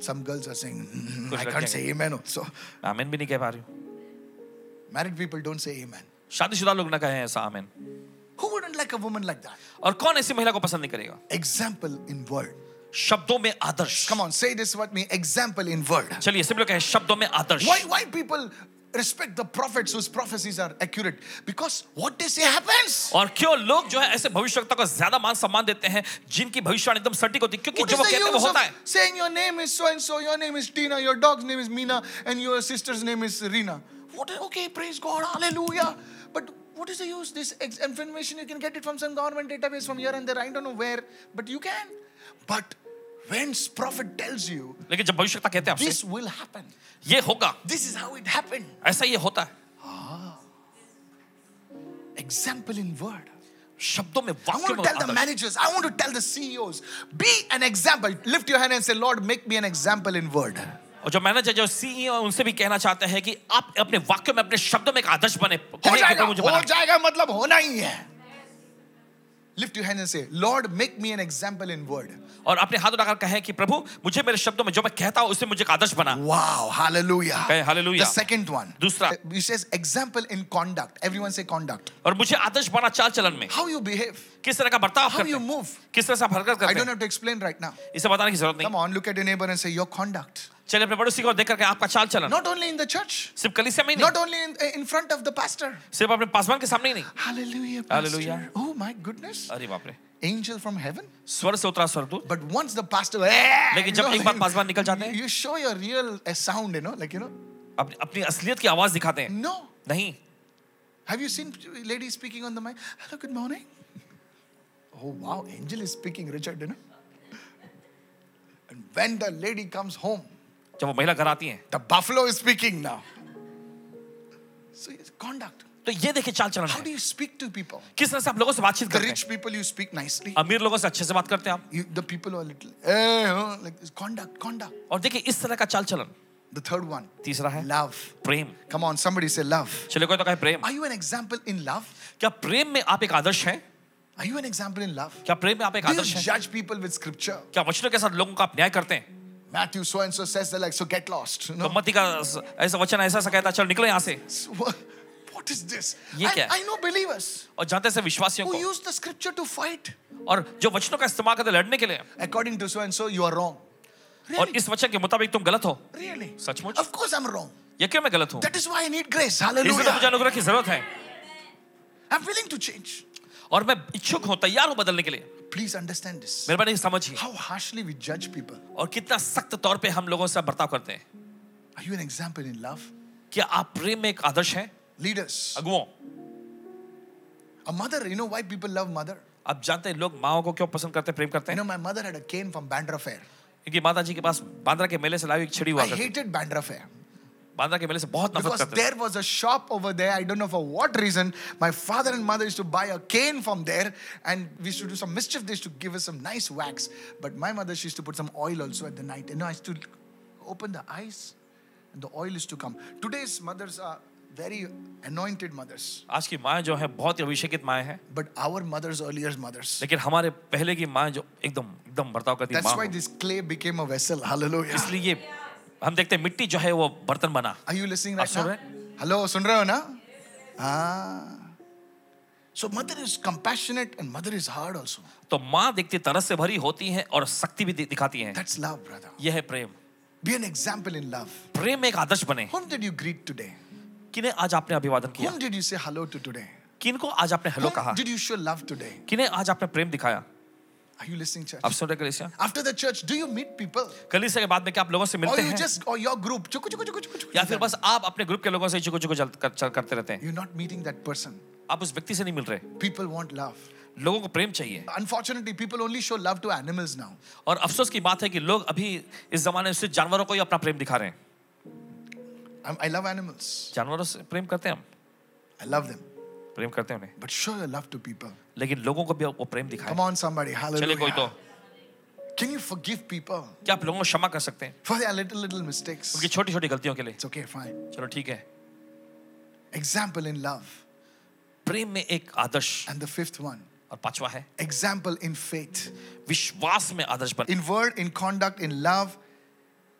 [SPEAKER 1] Some girls are saying, "Mm,
[SPEAKER 2] Kuch
[SPEAKER 1] I
[SPEAKER 2] lag
[SPEAKER 1] can't
[SPEAKER 2] jayenge."
[SPEAKER 1] say amen also.
[SPEAKER 2] आमेन भी नहीं कह पा रही हूँ
[SPEAKER 1] Married people don't say amen.
[SPEAKER 2] शादीशुदा लोग ना कहे ऐसा amen
[SPEAKER 1] Who wouldn't like a woman like that?
[SPEAKER 2] और कौन ऐसी महिला को पसंद नहीं करेगा
[SPEAKER 1] Example in word.
[SPEAKER 2] शब्दों में आदर्श
[SPEAKER 1] Come on, say this with me. Example in word.
[SPEAKER 2] चलिए सब लोग कहें शब्दों में आदर्श
[SPEAKER 1] Why, why people respect the prophets whose prophecies are accurate? Because what they say happens.
[SPEAKER 2] और क्यों लोग जो है ऐसे भविष्यवक्ता को ज्यादा मान सम्मान देते हैं जिनकी भविष्यवाणी एकदम सटीक होती है क्योंकि
[SPEAKER 1] What
[SPEAKER 2] जो
[SPEAKER 1] is
[SPEAKER 2] वो
[SPEAKER 1] the
[SPEAKER 2] कहते हैं वो
[SPEAKER 1] use of
[SPEAKER 2] होता है
[SPEAKER 1] saying your name is so and so, your name is Tina, your dog's name is Mina, and your sister's name is Rina? What? Okay, praise God, hallelujah. But what is the use? This ex- information you can get it from some government database from here and there. I don't know where, but you can. But when prophet tells you
[SPEAKER 2] लेकिन जब भविष्यवक्ता कहते हैं आपसे
[SPEAKER 1] this will happen,
[SPEAKER 2] ये होगा
[SPEAKER 1] this is how it happened.
[SPEAKER 2] ऐसा ये होता है
[SPEAKER 1] Example in word.
[SPEAKER 2] शब्दों में
[SPEAKER 1] I want
[SPEAKER 2] वाक्यों में
[SPEAKER 1] to tell the
[SPEAKER 2] आदर्श
[SPEAKER 1] managers, I want to tell the CEOs, be an example. Lift your hand and say, Lord, make me an example in word.
[SPEAKER 2] और जो मैनेजर जो CEO उनसे भी कहना चाहते हैं कि आप अपने वाक्यों में अपने शब्दों में एक आदर्श बने
[SPEAKER 1] हो
[SPEAKER 2] कहिए कि
[SPEAKER 1] जाएगा
[SPEAKER 2] प्रभु मुझे
[SPEAKER 1] हो
[SPEAKER 2] बना
[SPEAKER 1] जाएगा मतलब होना ही है lift you hand and say Lord make me an example in word
[SPEAKER 2] और अपने हाथ उठाकर कहे कि प्रभु मुझे मेरे शब्दों में जो मैं कहता हूँ उससे मुझे एक आदर्श बना
[SPEAKER 1] wow hallelujah
[SPEAKER 2] Okay, hallelujah.
[SPEAKER 1] The second one
[SPEAKER 2] दूसरा।
[SPEAKER 1] He says example in conduct everyone say conduct
[SPEAKER 2] और मुझे आदर्श बना चाल चलन में
[SPEAKER 1] हाउ यू बिहेव
[SPEAKER 2] किस तरह का बर्ताव
[SPEAKER 1] हाउ
[SPEAKER 2] करते
[SPEAKER 1] यू
[SPEAKER 2] हैं
[SPEAKER 1] मूव
[SPEAKER 2] किस तरह से आप हरकत
[SPEAKER 1] आई
[SPEAKER 2] करते
[SPEAKER 1] डोंट
[SPEAKER 2] हैं
[SPEAKER 1] have to explain right now
[SPEAKER 2] इसे बताने की जरूरत नहीं
[SPEAKER 1] come on look at your neighbour and say your conduct
[SPEAKER 2] चलिए अपने पड़ोसी को देख करके आपका चाल चलन
[SPEAKER 1] not only in the church
[SPEAKER 2] सिर्फ कलीसिया में ही नहीं
[SPEAKER 1] not only in front of the pastor
[SPEAKER 2] सिर्फ अपने पासवान के सामने ही नहीं
[SPEAKER 1] Hallelujah.
[SPEAKER 2] Hallelujah. Uh.
[SPEAKER 1] pastor. Oh my goodness.
[SPEAKER 2] अरे बाप रे
[SPEAKER 1] Angel from heaven.
[SPEAKER 2] स्वर से उतरा स्वर्गदूत
[SPEAKER 1] But once the pastor, लेकिन
[SPEAKER 2] लेकिन जब एक बार पासवान निकल जाते हैं।
[SPEAKER 1] you show your real uh, sound, you know, like you know,
[SPEAKER 2] अपनी अपनी असलियत की आवाज दिखाते हैं
[SPEAKER 1] no.
[SPEAKER 2] नहीं
[SPEAKER 1] Have you seen ladies speaking on the mic? Hello, good morning. Oh wow, angel is speaking, Richard, you know. And when the lady comes home,
[SPEAKER 2] जब वो महिला घर आती है
[SPEAKER 1] the buffalo is speaking now. So it's conduct.
[SPEAKER 2] तो ये देखिए चाल चलन
[SPEAKER 1] How do
[SPEAKER 2] है।
[SPEAKER 1] you speak to people?
[SPEAKER 2] किस तरह से आप लोगों से बातचीत
[SPEAKER 1] The
[SPEAKER 2] करते हैं
[SPEAKER 1] rich people you speak nicely.
[SPEAKER 2] अमीर लोगों से अच्छे से बात करते हैं आप
[SPEAKER 1] You, the people who are little, eh, huh, like this conduct, conduct.
[SPEAKER 2] और देखिए इस तरह का चाल चलन
[SPEAKER 1] The third one,
[SPEAKER 2] तीसरा है
[SPEAKER 1] love.
[SPEAKER 2] Prem
[SPEAKER 1] Come on, somebody say love.
[SPEAKER 2] चलिए कोई तो कहे प्रेम
[SPEAKER 1] Are you an example in love?
[SPEAKER 2] क्या प्रेम में आप एक आदर्श हैं
[SPEAKER 1] Are you an example in love?
[SPEAKER 2] क्या प्रेम में आप एक
[SPEAKER 1] Do you
[SPEAKER 2] आदर्श हैं
[SPEAKER 1] judge people with scripture?
[SPEAKER 2] क्या वचनों के साथ लोगों का आप न्याय करते हैं
[SPEAKER 1] Matthew so and so says they're like, so get lost.
[SPEAKER 2] तो
[SPEAKER 1] No.
[SPEAKER 2] मत्ती का ऐसा वचन ऐसा ऐसा कहता है, चलो निकलो यहाँ से
[SPEAKER 1] So what- What is this?
[SPEAKER 2] ये
[SPEAKER 1] I,
[SPEAKER 2] क्या है?
[SPEAKER 1] I know believers
[SPEAKER 2] और जानते से विश्वासियों
[SPEAKER 1] who
[SPEAKER 2] को
[SPEAKER 1] use the scripture to fight.
[SPEAKER 2] और जो वचनों का इस्तेमाल करते हैं लड़ने के लिए
[SPEAKER 1] According to so and so, you are wrong.
[SPEAKER 2] और
[SPEAKER 1] Really?
[SPEAKER 2] इस वचन के मुताबिक तुम गलत हो
[SPEAKER 1] really?
[SPEAKER 2] सचमुच?
[SPEAKER 1] Of course I'm wrong.
[SPEAKER 2] यकीन मैं गलत हूँ
[SPEAKER 1] That is why I need grace.
[SPEAKER 2] इसलिए तो मुझे
[SPEAKER 1] Hallelujah.
[SPEAKER 2] अनुग्रह की जरूरत है
[SPEAKER 1] I'm willing to change.
[SPEAKER 2] और मैं इच्छुक हूँ तैयार हूँ बदलने के लिए
[SPEAKER 1] Please understand this.
[SPEAKER 2] मेहरबानी समझिए
[SPEAKER 1] How harshly we judge people.
[SPEAKER 2] और कितना सख्त तौर पे हम लोगों से बर्ताव करते हैं
[SPEAKER 1] Are you an example in love?
[SPEAKER 2] क्या आप प्रेम में एक आदर्श हैं
[SPEAKER 1] Leaders.
[SPEAKER 2] अगुओं
[SPEAKER 1] A mother, you know why people love mother?
[SPEAKER 2] आप जानते हैं लोग माओ को क्यों पसंद करते हैं प्रेम करते
[SPEAKER 1] You
[SPEAKER 2] हैं
[SPEAKER 1] know, my mother had a cane from Bandra Fair.
[SPEAKER 2] इनकी माता जी के पास बांद्रा के मेले से लाई हुई एक छिड़ी हुआ
[SPEAKER 1] I
[SPEAKER 2] करती थी।
[SPEAKER 1] hated Bandra Fair
[SPEAKER 2] बांद्रा के मेले से बहुत नफरत
[SPEAKER 1] because
[SPEAKER 2] करते थे
[SPEAKER 1] there was a shop over there. I don't know for what reason. My father and mother used to buy a cane from there, and we used to do some mischief. They used to give us some nice wax. But my mother, she used to put some oil also at the night. You know, I used to open the eyes, and the oil used to come. Today's mothers are very anointed mothers,
[SPEAKER 2] आज की माँ जो है बहुत ही अभिषेकित माँ है
[SPEAKER 1] but our mothers, earlier mothers.
[SPEAKER 2] लेकिन हमारे पहले की माँ जो एकदम एकदम बर्ताव करती
[SPEAKER 1] That's
[SPEAKER 2] माँ
[SPEAKER 1] why
[SPEAKER 2] हो।
[SPEAKER 1] this clay became a vessel. Hallelujah.
[SPEAKER 2] इसलिए हम देखते हैं मिट्टी जो है वो बर्तन बना
[SPEAKER 1] Are you listening right
[SPEAKER 2] आप सुन
[SPEAKER 1] now? Hello, सुन रहे हो ना? हाँ. So mother is compassionate and mother is hard also.
[SPEAKER 2] तो माँ देखती तरस से भरी होती है और शक्ति भी दि- दिखाती है
[SPEAKER 1] That's love, brother.
[SPEAKER 2] यह है प्रेम
[SPEAKER 1] Be an example in love.
[SPEAKER 2] प्रेम एक आदर्श बने
[SPEAKER 1] Whom did you greet today?
[SPEAKER 2] किने आज आपने अभिवादन किया
[SPEAKER 1] Whom did you say hello to today?
[SPEAKER 2] किनको आज आपने हेलो कहा
[SPEAKER 1] Whom did you show love today?
[SPEAKER 2] किने आज आपने प्रेम दिखाया
[SPEAKER 1] Are you listening, church?
[SPEAKER 2] आप सुन रहे कलिसिया
[SPEAKER 1] After the church, do you meet people?
[SPEAKER 2] कलिसिया के बाद में क्या आप लोगों से
[SPEAKER 1] Or
[SPEAKER 2] मिलते
[SPEAKER 1] you
[SPEAKER 2] हैं
[SPEAKER 1] just, or your group? Chuku, chuku, chuku, chuku, chuku.
[SPEAKER 2] या फिर बस आप अपने ग्रुप के लोगों से चुको चुको चल कर, चल करते रहते हैं
[SPEAKER 1] You're not meeting that person.
[SPEAKER 2] आप उस व्यक्ति से नहीं मिल रहे
[SPEAKER 1] People want love.
[SPEAKER 2] लोगों को प्रेम चाहिए
[SPEAKER 1] Unfortunately, people only show love to animals now.
[SPEAKER 2] और अफसोस की बात है कि लोग अभी इस जमाने में सिर्फ जानवरों को ही अपना प्रेम दिखा रहे हैं
[SPEAKER 1] I'm, I love animals.
[SPEAKER 2] जानवरों से प्रेम करते हैं हम
[SPEAKER 1] I love them.
[SPEAKER 2] प्रेम करते हैं उन्हें
[SPEAKER 1] But show your love to people.
[SPEAKER 2] लेकिन लोगों को भी वो प्रेम दिखाए
[SPEAKER 1] Come on, somebody.
[SPEAKER 2] चलिए कोई तो
[SPEAKER 1] Hallelujah. Can you forgive people
[SPEAKER 2] क्या आप लोगों को क्षमा कर सकते हैं
[SPEAKER 1] for their little, little mistakes?
[SPEAKER 2] उनकी छोटी छोटी गलतियों के लिए
[SPEAKER 1] It's okay, fine.
[SPEAKER 2] चलो ठीक है
[SPEAKER 1] Example in love.
[SPEAKER 2] प्रेम में एक आदर्श
[SPEAKER 1] And the fifth one,
[SPEAKER 2] और पांचवा है
[SPEAKER 1] example in faith.
[SPEAKER 2] विश्वास में आदर्श बन
[SPEAKER 1] In word, in conduct, in love,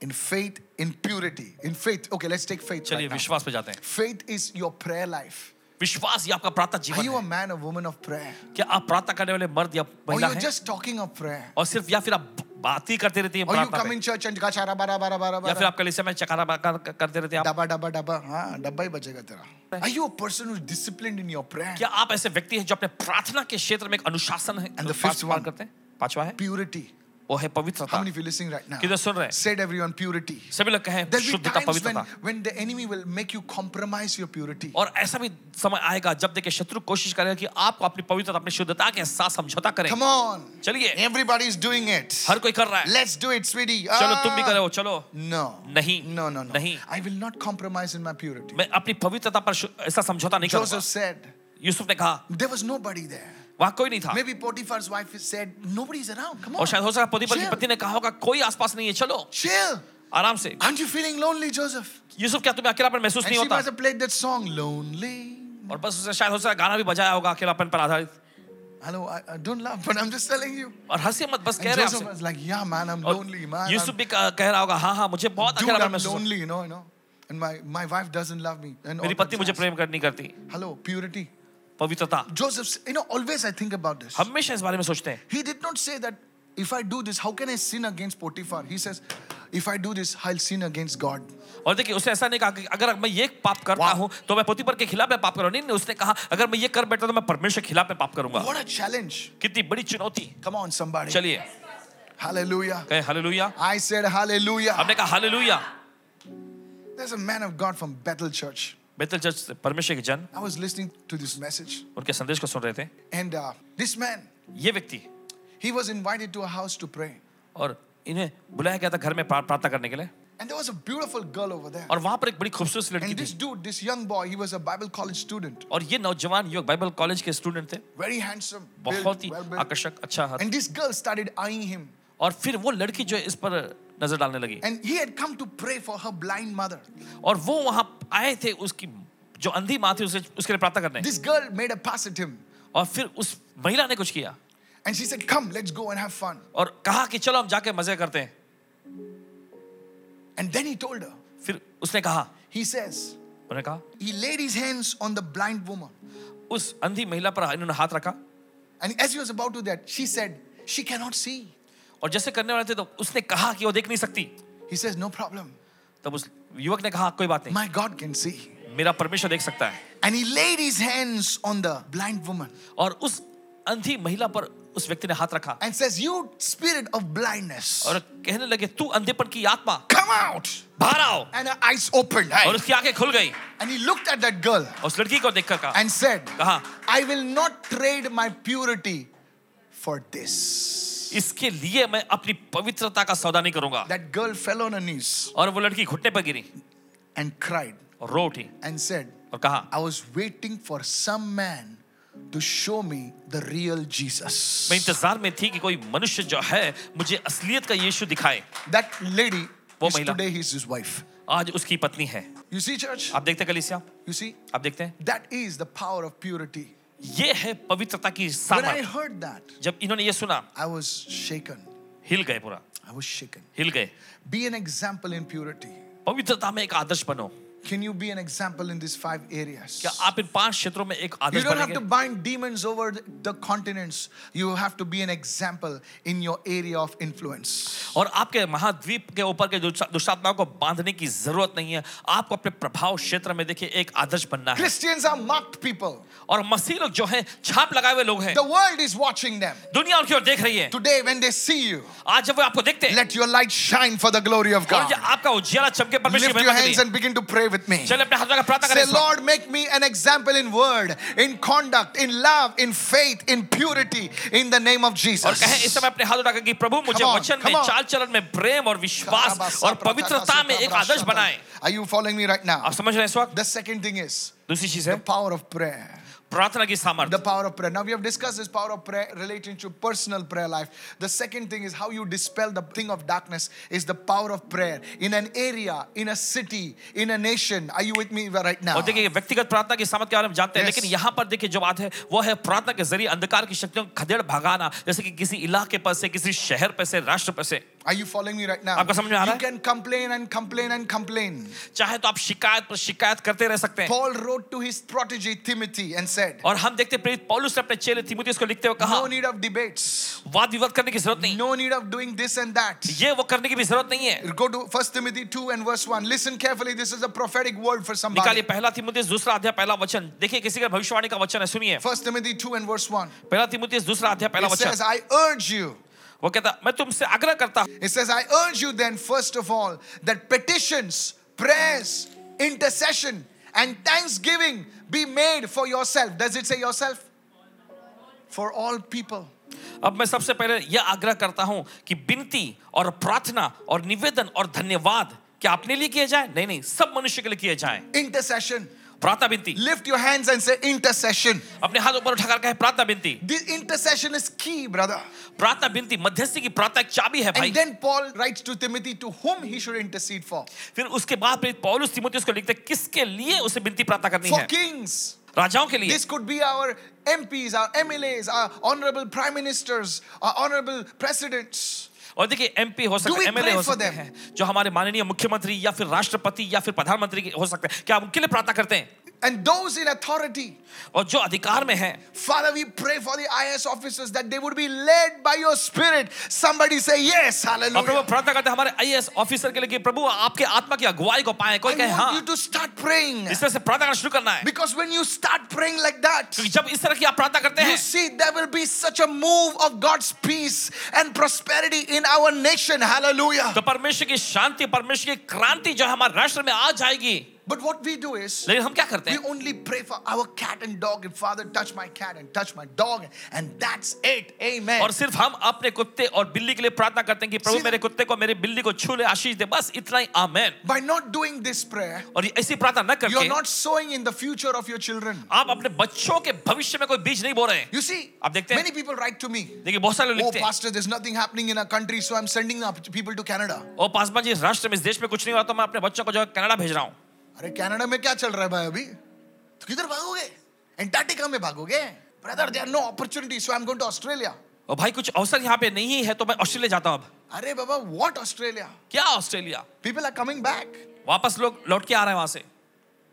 [SPEAKER 1] in faith, in purity. In faith, okay, let's take faith.
[SPEAKER 2] चलिए
[SPEAKER 1] Right now.
[SPEAKER 2] विश्वास पे जाते हैं
[SPEAKER 1] Faith is your prayer life.
[SPEAKER 2] विश्वास ये आपका प्रातः
[SPEAKER 1] Are
[SPEAKER 2] जीवन
[SPEAKER 1] you a
[SPEAKER 2] है
[SPEAKER 1] man or woman of prayer?
[SPEAKER 2] क्या आप प्रातः करने वाले मर्द या
[SPEAKER 1] Or
[SPEAKER 2] महिला
[SPEAKER 1] you're
[SPEAKER 2] हैं
[SPEAKER 1] just talking of prayer?
[SPEAKER 2] और सिर्फ या फिर आप बात ही करते रहती है
[SPEAKER 1] Or you
[SPEAKER 2] प्रातः
[SPEAKER 1] come
[SPEAKER 2] में
[SPEAKER 1] in church and gachara bara bara bara
[SPEAKER 2] या फिर
[SPEAKER 1] bara.
[SPEAKER 2] आपका लिस्से में चकारा बाका करते रहते हैं आप
[SPEAKER 1] Dabba dabba dabba. हाँ, डब्बा ही बजेगा तेरा. Are you a person who's disciplined in your prayer?
[SPEAKER 2] क्या आप ऐसे व्यक्ति हैं जो अपने प्रार्थना के क्षेत्र में एक अनुशासन है
[SPEAKER 1] And the
[SPEAKER 2] पास-
[SPEAKER 1] fifth
[SPEAKER 2] पालन
[SPEAKER 1] one.
[SPEAKER 2] करते हैं पांचवा है
[SPEAKER 1] Purity.
[SPEAKER 2] वो है
[SPEAKER 1] How
[SPEAKER 2] पवित्रता
[SPEAKER 1] many of you listening right now?
[SPEAKER 2] किधर सुन रहे हैं
[SPEAKER 1] Said everyone purity.
[SPEAKER 2] सभी लोग कहें
[SPEAKER 1] There'll be
[SPEAKER 2] शुद्धता
[SPEAKER 1] times when,
[SPEAKER 2] पवित्रता
[SPEAKER 1] when the enemy will make you compromise your purity.
[SPEAKER 2] और ऐसा भी समय आएगा जब देखिए शत्रु कोशिश करेगा कि आपको अपनी पवित्रता अपनी शुद्धता के साथ समझौता करें
[SPEAKER 1] Come on.
[SPEAKER 2] चलिए
[SPEAKER 1] Everybody's doing it.
[SPEAKER 2] हर कोई कर रहा है
[SPEAKER 1] Let's do it, sweetie.
[SPEAKER 2] चलो तुम भी
[SPEAKER 1] Ah.
[SPEAKER 2] करो चलो
[SPEAKER 1] No.
[SPEAKER 2] नहीं।
[SPEAKER 1] No, no, no.
[SPEAKER 2] नहीं।
[SPEAKER 1] I will not compromise in my purity.
[SPEAKER 2] मैं अपनी पवित्रता पर शु- ऐसा समझौता नहीं करूंगा
[SPEAKER 1] Joseph said,
[SPEAKER 2] यूसुफ ने कहा
[SPEAKER 1] there was nobody there.
[SPEAKER 2] वहां कोई नहीं था
[SPEAKER 1] Maybe Potiphar's wife said, nobody's around. Come on.
[SPEAKER 2] और शायद हो सकता है पोतीफर की
[SPEAKER 1] Chill.
[SPEAKER 2] पत्नी ने कहा होगा कोई आसपास नहीं है चलो
[SPEAKER 1] Chill.
[SPEAKER 2] आराम से
[SPEAKER 1] Aren't you feeling lonely, Joseph?
[SPEAKER 2] Yusuf क्या तुम्हें अकेलापन महसूस
[SPEAKER 1] And
[SPEAKER 2] नहीं
[SPEAKER 1] she
[SPEAKER 2] होता
[SPEAKER 1] must have played that song, Lonely.
[SPEAKER 2] और बस उसने शायद हो सकता है गाना भी बजाया होगा अकेलापन पर आधारित
[SPEAKER 1] Hello, I, I don't laugh, but I'm just telling you.
[SPEAKER 2] और हंसी मत बस कह
[SPEAKER 1] And
[SPEAKER 2] रहे
[SPEAKER 1] Joseph
[SPEAKER 2] हैं
[SPEAKER 1] was like, yeah, man,
[SPEAKER 2] Oh,
[SPEAKER 1] I'm lonely, man. I'm
[SPEAKER 2] Yusuf भी कह कह रहा होगा हाँ हाँ मुझे बहुत
[SPEAKER 1] Dude,
[SPEAKER 2] अकेलापन
[SPEAKER 1] I'm
[SPEAKER 2] महसूस होता
[SPEAKER 1] lonely, you know, you know. And my, my wife doesn't love me. And
[SPEAKER 2] है।
[SPEAKER 1] all
[SPEAKER 2] मेरी
[SPEAKER 1] that
[SPEAKER 2] पत्नी मुझे
[SPEAKER 1] jazz.
[SPEAKER 2] प्रेम करनी करती
[SPEAKER 1] Hello, purity.
[SPEAKER 2] पवित्रता
[SPEAKER 1] Joseph's, you know, always I think about this.
[SPEAKER 2] हमेशा इस बारे में सोचते हैं
[SPEAKER 1] He did not say that if I do this, how can I sin against Potiphar? He says, if I do this, I'll sin against God.
[SPEAKER 2] और देखिए उसने ऐसा नहीं कहा कि अगर मैं ये पाप करता
[SPEAKER 1] वाह।
[SPEAKER 2] हूँ तो मैं पोतीपर के खिलाफ मैं पाप करूँ नहीं नहीं, उसने कहा अगर मैं ये कर बैठता तो मैं परमेश्वर के खिलाफ मैं पाप करूंगा
[SPEAKER 1] What a challenge.
[SPEAKER 2] कितनी बड़ी चुनौती
[SPEAKER 1] Come on, somebody.
[SPEAKER 2] चलिए
[SPEAKER 1] Hallelujah.
[SPEAKER 2] कहे हालेलुया
[SPEAKER 1] I said hallelujah.
[SPEAKER 2] हमने कहा hallelujah
[SPEAKER 1] There's a man of God from Bethel Church.
[SPEAKER 2] Bethel church से परमेश्वर के जन
[SPEAKER 1] I was listening to this message,
[SPEAKER 2] उनके संदेश को सुन रहे थे
[SPEAKER 1] and uh, this man,
[SPEAKER 2] ये व्यक्ति
[SPEAKER 1] he was invited to a house to pray.
[SPEAKER 2] और इन्हें बुलाया गया था घर में प्रा- प्रार्थना करने के लिए
[SPEAKER 1] And there was a beautiful girl over there.
[SPEAKER 2] और वहां पर एक बड़ी खूबसूरत सी लड़की
[SPEAKER 1] And this
[SPEAKER 2] थी
[SPEAKER 1] dude, this young boy, he was a Bible college student,
[SPEAKER 2] और ये नौजवान युवक बाइबल कॉलेज के स्टूडेंट थे
[SPEAKER 1] very handsome, built,
[SPEAKER 2] बहुत ही
[SPEAKER 1] well built.
[SPEAKER 2] आकर्षक अच्छा हाथ
[SPEAKER 1] And this girl started eyeing him.
[SPEAKER 2] और फिर वो लड़की जो है, इस पर नजर डालने लगी
[SPEAKER 1] And he had come to pray for her blind mother.
[SPEAKER 2] और वो वहां आए थे उसकी जो अंधी माँ थी उसे उसके लिए प्रार्थना करने
[SPEAKER 1] This girl made a pass at him.
[SPEAKER 2] और फिर उस महिला ने कुछ किया
[SPEAKER 1] And she said, Come, let's go and have fun.
[SPEAKER 2] और कहा कि चलो हम जाके मजे करते हैं
[SPEAKER 1] And then he told her,
[SPEAKER 2] फिर उसने कहा
[SPEAKER 1] He says,
[SPEAKER 2] उन्होंने कहा
[SPEAKER 1] He laid his hands on the blind woman.
[SPEAKER 2] उस अंधी महिला पर इन्होंने हाथ रखा
[SPEAKER 1] And as he was about to do that, she said, She cannot see.
[SPEAKER 2] और जैसे करने वाले थे तो उसने कहा कि वो देख नहीं सकती
[SPEAKER 1] He says, No problem.
[SPEAKER 2] तब उस युवक ने कहा कोई बात नहीं
[SPEAKER 1] My God can see.
[SPEAKER 2] मेरा परमेश्वर देख सकता है
[SPEAKER 1] And he laid his hands on the blind woman
[SPEAKER 2] और उस अंधी महिला पर उस व्यक्ति ने हाथ रखा
[SPEAKER 1] and says, You spirit of blindness,
[SPEAKER 2] और कहने लगे तू अंधेपन की आत्मा
[SPEAKER 1] come out.
[SPEAKER 2] बाहर आओ
[SPEAKER 1] And her eyes opened. Hey.
[SPEAKER 2] और उसकी आंखें खुल गई
[SPEAKER 1] And he looked at that girl
[SPEAKER 2] और उस लड़की को देखकर कहा
[SPEAKER 1] and said,
[SPEAKER 2] कहा
[SPEAKER 1] I will not trade my purity for this.
[SPEAKER 2] इसके लिए मैं अपनी पवित्रता का सौदा नहीं करूंगा
[SPEAKER 1] That girl fell on her knees
[SPEAKER 2] और वो लड़की घुटने पर गिरी
[SPEAKER 1] and cried
[SPEAKER 2] और रो उठी
[SPEAKER 1] and said,
[SPEAKER 2] और कहा
[SPEAKER 1] I was waiting for some man to show me the real
[SPEAKER 2] मैं
[SPEAKER 1] Jesus.
[SPEAKER 2] इंतजार में थी कि कोई मनुष्य जो है मुझे असलियत का यीशु दिखाए
[SPEAKER 1] That lady
[SPEAKER 2] वो
[SPEAKER 1] is
[SPEAKER 2] महिला।
[SPEAKER 1] today he's his wife.
[SPEAKER 2] आज उसकी पत्नी है
[SPEAKER 1] You see, church?
[SPEAKER 2] आप देखते हैं कलीसिया
[SPEAKER 1] You see?
[SPEAKER 2] आप देखते हैं
[SPEAKER 1] That is the power of purity.
[SPEAKER 2] ये है पवित्रता की
[SPEAKER 1] When I
[SPEAKER 2] सामर्थ
[SPEAKER 1] heard that,
[SPEAKER 2] जब इन्होंने ये सुना
[SPEAKER 1] I was shaken.
[SPEAKER 2] हिल गए पूरा
[SPEAKER 1] I was shaken.
[SPEAKER 2] हिल गए
[SPEAKER 1] Be an example in purity.
[SPEAKER 2] पवित्रता में एक आदर्श बनो
[SPEAKER 1] Can you be an example in these five areas?
[SPEAKER 2] क्या आप इन पांच क्षेत्रों में एक
[SPEAKER 1] You
[SPEAKER 2] Adarsh
[SPEAKER 1] don't have to
[SPEAKER 2] बनेंगे
[SPEAKER 1] bind demons over the continents. You have to be an example in your area of influence.
[SPEAKER 2] और आपके महाद्वीप के ऊपर के दुष्ट- दुष्टात्माओं को बांधने की जरूरत नहीं है आपको अपने प्रभाव क्षेत्र में देखिए एक आदर्श बनना है
[SPEAKER 1] Christians are mocked people.
[SPEAKER 2] और मसीह लोग जो हैं छाप लगाए हुए लोग हैं
[SPEAKER 1] The world is watching them.
[SPEAKER 2] दुनिया उनकी ओर देख रही है
[SPEAKER 1] Today, when they see you,
[SPEAKER 2] आज जब वो आपको देखते हैं
[SPEAKER 1] let your light shine for the glory of
[SPEAKER 2] और
[SPEAKER 1] God.
[SPEAKER 2] ये आपका उजियाला चमके परमेश्वर
[SPEAKER 1] Lift
[SPEAKER 2] की
[SPEAKER 1] your
[SPEAKER 2] महिमा के
[SPEAKER 1] hands
[SPEAKER 2] लिए
[SPEAKER 1] and begin to pray with me.
[SPEAKER 2] चलिए अपने हाथों का प्रार्थना करें
[SPEAKER 1] Say,
[SPEAKER 2] इस वक्त।
[SPEAKER 1] Lord, make me an example in word, in conduct, in love, in faith, in purity, in the name of
[SPEAKER 2] और कहें इस
[SPEAKER 1] Jesus.
[SPEAKER 2] समय अपने हाथ उठाकर कि प्रभु मुझे
[SPEAKER 1] Come on,
[SPEAKER 2] वचन
[SPEAKER 1] come
[SPEAKER 2] में
[SPEAKER 1] on.
[SPEAKER 2] चाल चलन में प्रेम और विश्वास और पवित्रता में एक आदर्श बनाए
[SPEAKER 1] Are you following me right now?
[SPEAKER 2] आप समझ रहे हैं इस वक्त
[SPEAKER 1] The second thing is
[SPEAKER 2] दूसरी चीज है
[SPEAKER 1] The power of prayer.
[SPEAKER 2] प्रार्थना की सामर्थ्य
[SPEAKER 1] The power of prayer. Now we have discussed this power of prayer relating to personal prayer life. The second thing is how you dispel the thing of darkness is the power of prayer in an area, in a city, in a nation. Are you with me right now?
[SPEAKER 2] और देखिए ये व्यक्तिगत प्रार्थना की सामर्थ के बारे में जानते हैं
[SPEAKER 1] Yes.
[SPEAKER 2] लेकिन यहाँ पर देखिए जो बात है वो है प्रार्थना के जरिए अंधकार की शक्तियों को खदेड़ भगाना जैसे कि किसी इलाके पर से किसी शहर पर से राष्ट्र पर से
[SPEAKER 1] Are you following me right now?
[SPEAKER 2] आपको समझ में आ रहा
[SPEAKER 1] You
[SPEAKER 2] है?
[SPEAKER 1] can complain and complain and complain.
[SPEAKER 2] चाहे तो आप शिकायत पर शिकायत करते रह सकते हैं
[SPEAKER 1] Paul wrote to his protege Timothy and said,
[SPEAKER 2] और हम देखते हैं प्रेरित पौलुस ने अपने चेले तिमुथियुस को लिखते हुए कहा
[SPEAKER 1] No need of debates,
[SPEAKER 2] वाद विवाद करने की जरूरत नहीं
[SPEAKER 1] no need of doing this and that.
[SPEAKER 2] ये वो करने की भी जरूरत नहीं है
[SPEAKER 1] Go to 1 Timothy 2 and verse 1. Listen carefully, this is a prophetic word for
[SPEAKER 2] निकालिए
[SPEAKER 1] somebody.
[SPEAKER 2] पहला तिमुथियुस दूसरा अध्याय पहला वचन देखिए किसी का भविष्यवाणी का वचन है सुनिए
[SPEAKER 1] 1 Timothy 2 and verse 1.
[SPEAKER 2] पहला तिमुथियुस दूसरा अध्याय पहला
[SPEAKER 1] It says,
[SPEAKER 2] वचन
[SPEAKER 1] I urge you.
[SPEAKER 2] वो कहता मैं तुमसे आग्रह करता हूं
[SPEAKER 1] It says, I urge you then, first of all, that petitions, prayers, intercession, and thanksgiving be made for yourself. Does it say yourself? For all people.
[SPEAKER 2] अब मैं सबसे पहले यह आग्रह करता हूं कि विनती और प्रार्थना और निवेदन और धन्यवाद क्या अपने लिए किए जाए नहीं नहीं सब मनुष्य के लिए किए जाए
[SPEAKER 1] Intercession.
[SPEAKER 2] प्रार्थना विनती
[SPEAKER 1] Lift your hands and say, Intercession.
[SPEAKER 2] अपने हाथ ऊपर उठाकर कहे प्रार्थना विनती
[SPEAKER 1] This intercession is key, brother.
[SPEAKER 2] प्रार्थना विनती मध्यस्थी की प्रार्थना एक चाबी है भाई
[SPEAKER 1] And then Paul writes to Timothy to whom he should intercede for.
[SPEAKER 2] फिर उसके बाद प्रेरित पौलुस तिमुथियुस को लिखते हैं, किसके लिए उसे विनती प्रार्थना करनी
[SPEAKER 1] For
[SPEAKER 2] है
[SPEAKER 1] kings.
[SPEAKER 2] राजाओं के लिए
[SPEAKER 1] This could be our MPs, our MLAs, our honorable prime ministers, our honorable presidents.
[SPEAKER 2] और देखिए एमपी हो
[SPEAKER 1] Do
[SPEAKER 2] सकते
[SPEAKER 1] we
[SPEAKER 2] हैं एमएलए
[SPEAKER 1] pray
[SPEAKER 2] हो
[SPEAKER 1] for
[SPEAKER 2] सकते
[SPEAKER 1] them?
[SPEAKER 2] हैं जो हमारे माननीय मुख्यमंत्री या फिर राष्ट्रपति या फिर प्रधानमंत्री के- हो सकते हैं क्या हम उनके लिए प्रार्थना करते हैं
[SPEAKER 1] And those in authority,
[SPEAKER 2] और जो अधिकार में है
[SPEAKER 1] Father, we pray for the IS officers that they would be led by your spirit. Somebody say yes,
[SPEAKER 2] और प्रभु
[SPEAKER 1] hallelujah.
[SPEAKER 2] प्रार्थना करते हैं हमारे आईएएस ऑफिसर के लिए कि प्रभु आपके आत्मा की अगुवाई को पाए कोई
[SPEAKER 1] I
[SPEAKER 2] कहे
[SPEAKER 1] want you
[SPEAKER 2] हाँ
[SPEAKER 1] to start praying.
[SPEAKER 2] इस तरह से प्रार्थना करना शुरू करना है
[SPEAKER 1] Because when you start praying like that,
[SPEAKER 2] क्योंकि जब इस तरह की आप प्रार्थना करते
[SPEAKER 1] you
[SPEAKER 2] हैं
[SPEAKER 1] see, there will be such a move of God's peace and prosperity in our nation. Hallelujah.
[SPEAKER 2] तो परमेश्वर की शांति परमेश्वर की क्रांति जो है हमारे राष्ट्र में आ जाएगी
[SPEAKER 1] But what we do is,
[SPEAKER 2] लेकिन हम क्या करते
[SPEAKER 1] We
[SPEAKER 2] हैं
[SPEAKER 1] only pray for our cat and dog. And Father, touch my cat and touch my dog, and that's it. Amen.
[SPEAKER 2] और सिर्फ हम अपने कुत्ते और बिल्ली के लिए प्रार्थना करते हैं कि प्रभु
[SPEAKER 1] See-
[SPEAKER 2] मेरे कुत्ते को मेरे बिल्ली को छू ले आशीष दे बस इतना ही amen
[SPEAKER 1] By not doing this prayer,
[SPEAKER 2] और ये ऐसी प्रार्थना न
[SPEAKER 1] you are
[SPEAKER 2] करके
[SPEAKER 1] not sowing in the future of your children.
[SPEAKER 2] आप अपने बच्चों के भविष्य में कोई बीज नहीं बो रहे हैं
[SPEAKER 1] You see,
[SPEAKER 2] आप देखते हैं?
[SPEAKER 1] many people write to me.
[SPEAKER 2] देखिए बहुत सारे लोग
[SPEAKER 1] Oh,
[SPEAKER 2] लिखते हैं
[SPEAKER 1] pastor, there's nothing happening in our country, so I'm sending up people to Canada.
[SPEAKER 2] ओ पासवान जी इस राष्ट्र में इस देश में कुछ नहीं हुआ तो मैं अपने बच्चों को जो है कनाडा भेज रहा हूँ
[SPEAKER 1] अरे कनाडा में क्या चल रहा है भाई अभी तो किधर भागोगे एंटार्क्टिका में भागोगे brother there no opportunity so i'm going to australia
[SPEAKER 2] और भाई कुछ अवसर यहाँ पे नहीं है तो मैं ऑस्ट्रेलिया जाता हूँ अब
[SPEAKER 1] अरे बाबा what australia
[SPEAKER 2] क्या Australia
[SPEAKER 1] people are coming back
[SPEAKER 2] वापस लोग लौट के आ रहे हैं वहां से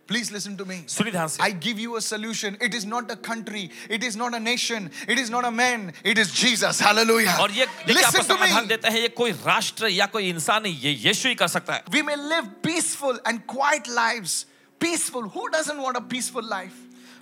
[SPEAKER 1] please listen to me
[SPEAKER 2] सुनी ध्यान से
[SPEAKER 1] I give you a solution. It is not a country. It is not a nation. It is not a man. It is Jesus. Hallelujah.
[SPEAKER 2] और ये देखिए आपको
[SPEAKER 1] Listen to
[SPEAKER 2] समाधान
[SPEAKER 1] me.
[SPEAKER 2] देता है ये कोई राष्ट्र या कोई इंसान नहीं ये यीशु ही कर सकता है
[SPEAKER 1] We may live peaceful and quiet lives. Peaceful. Who doesn't want a peaceful life?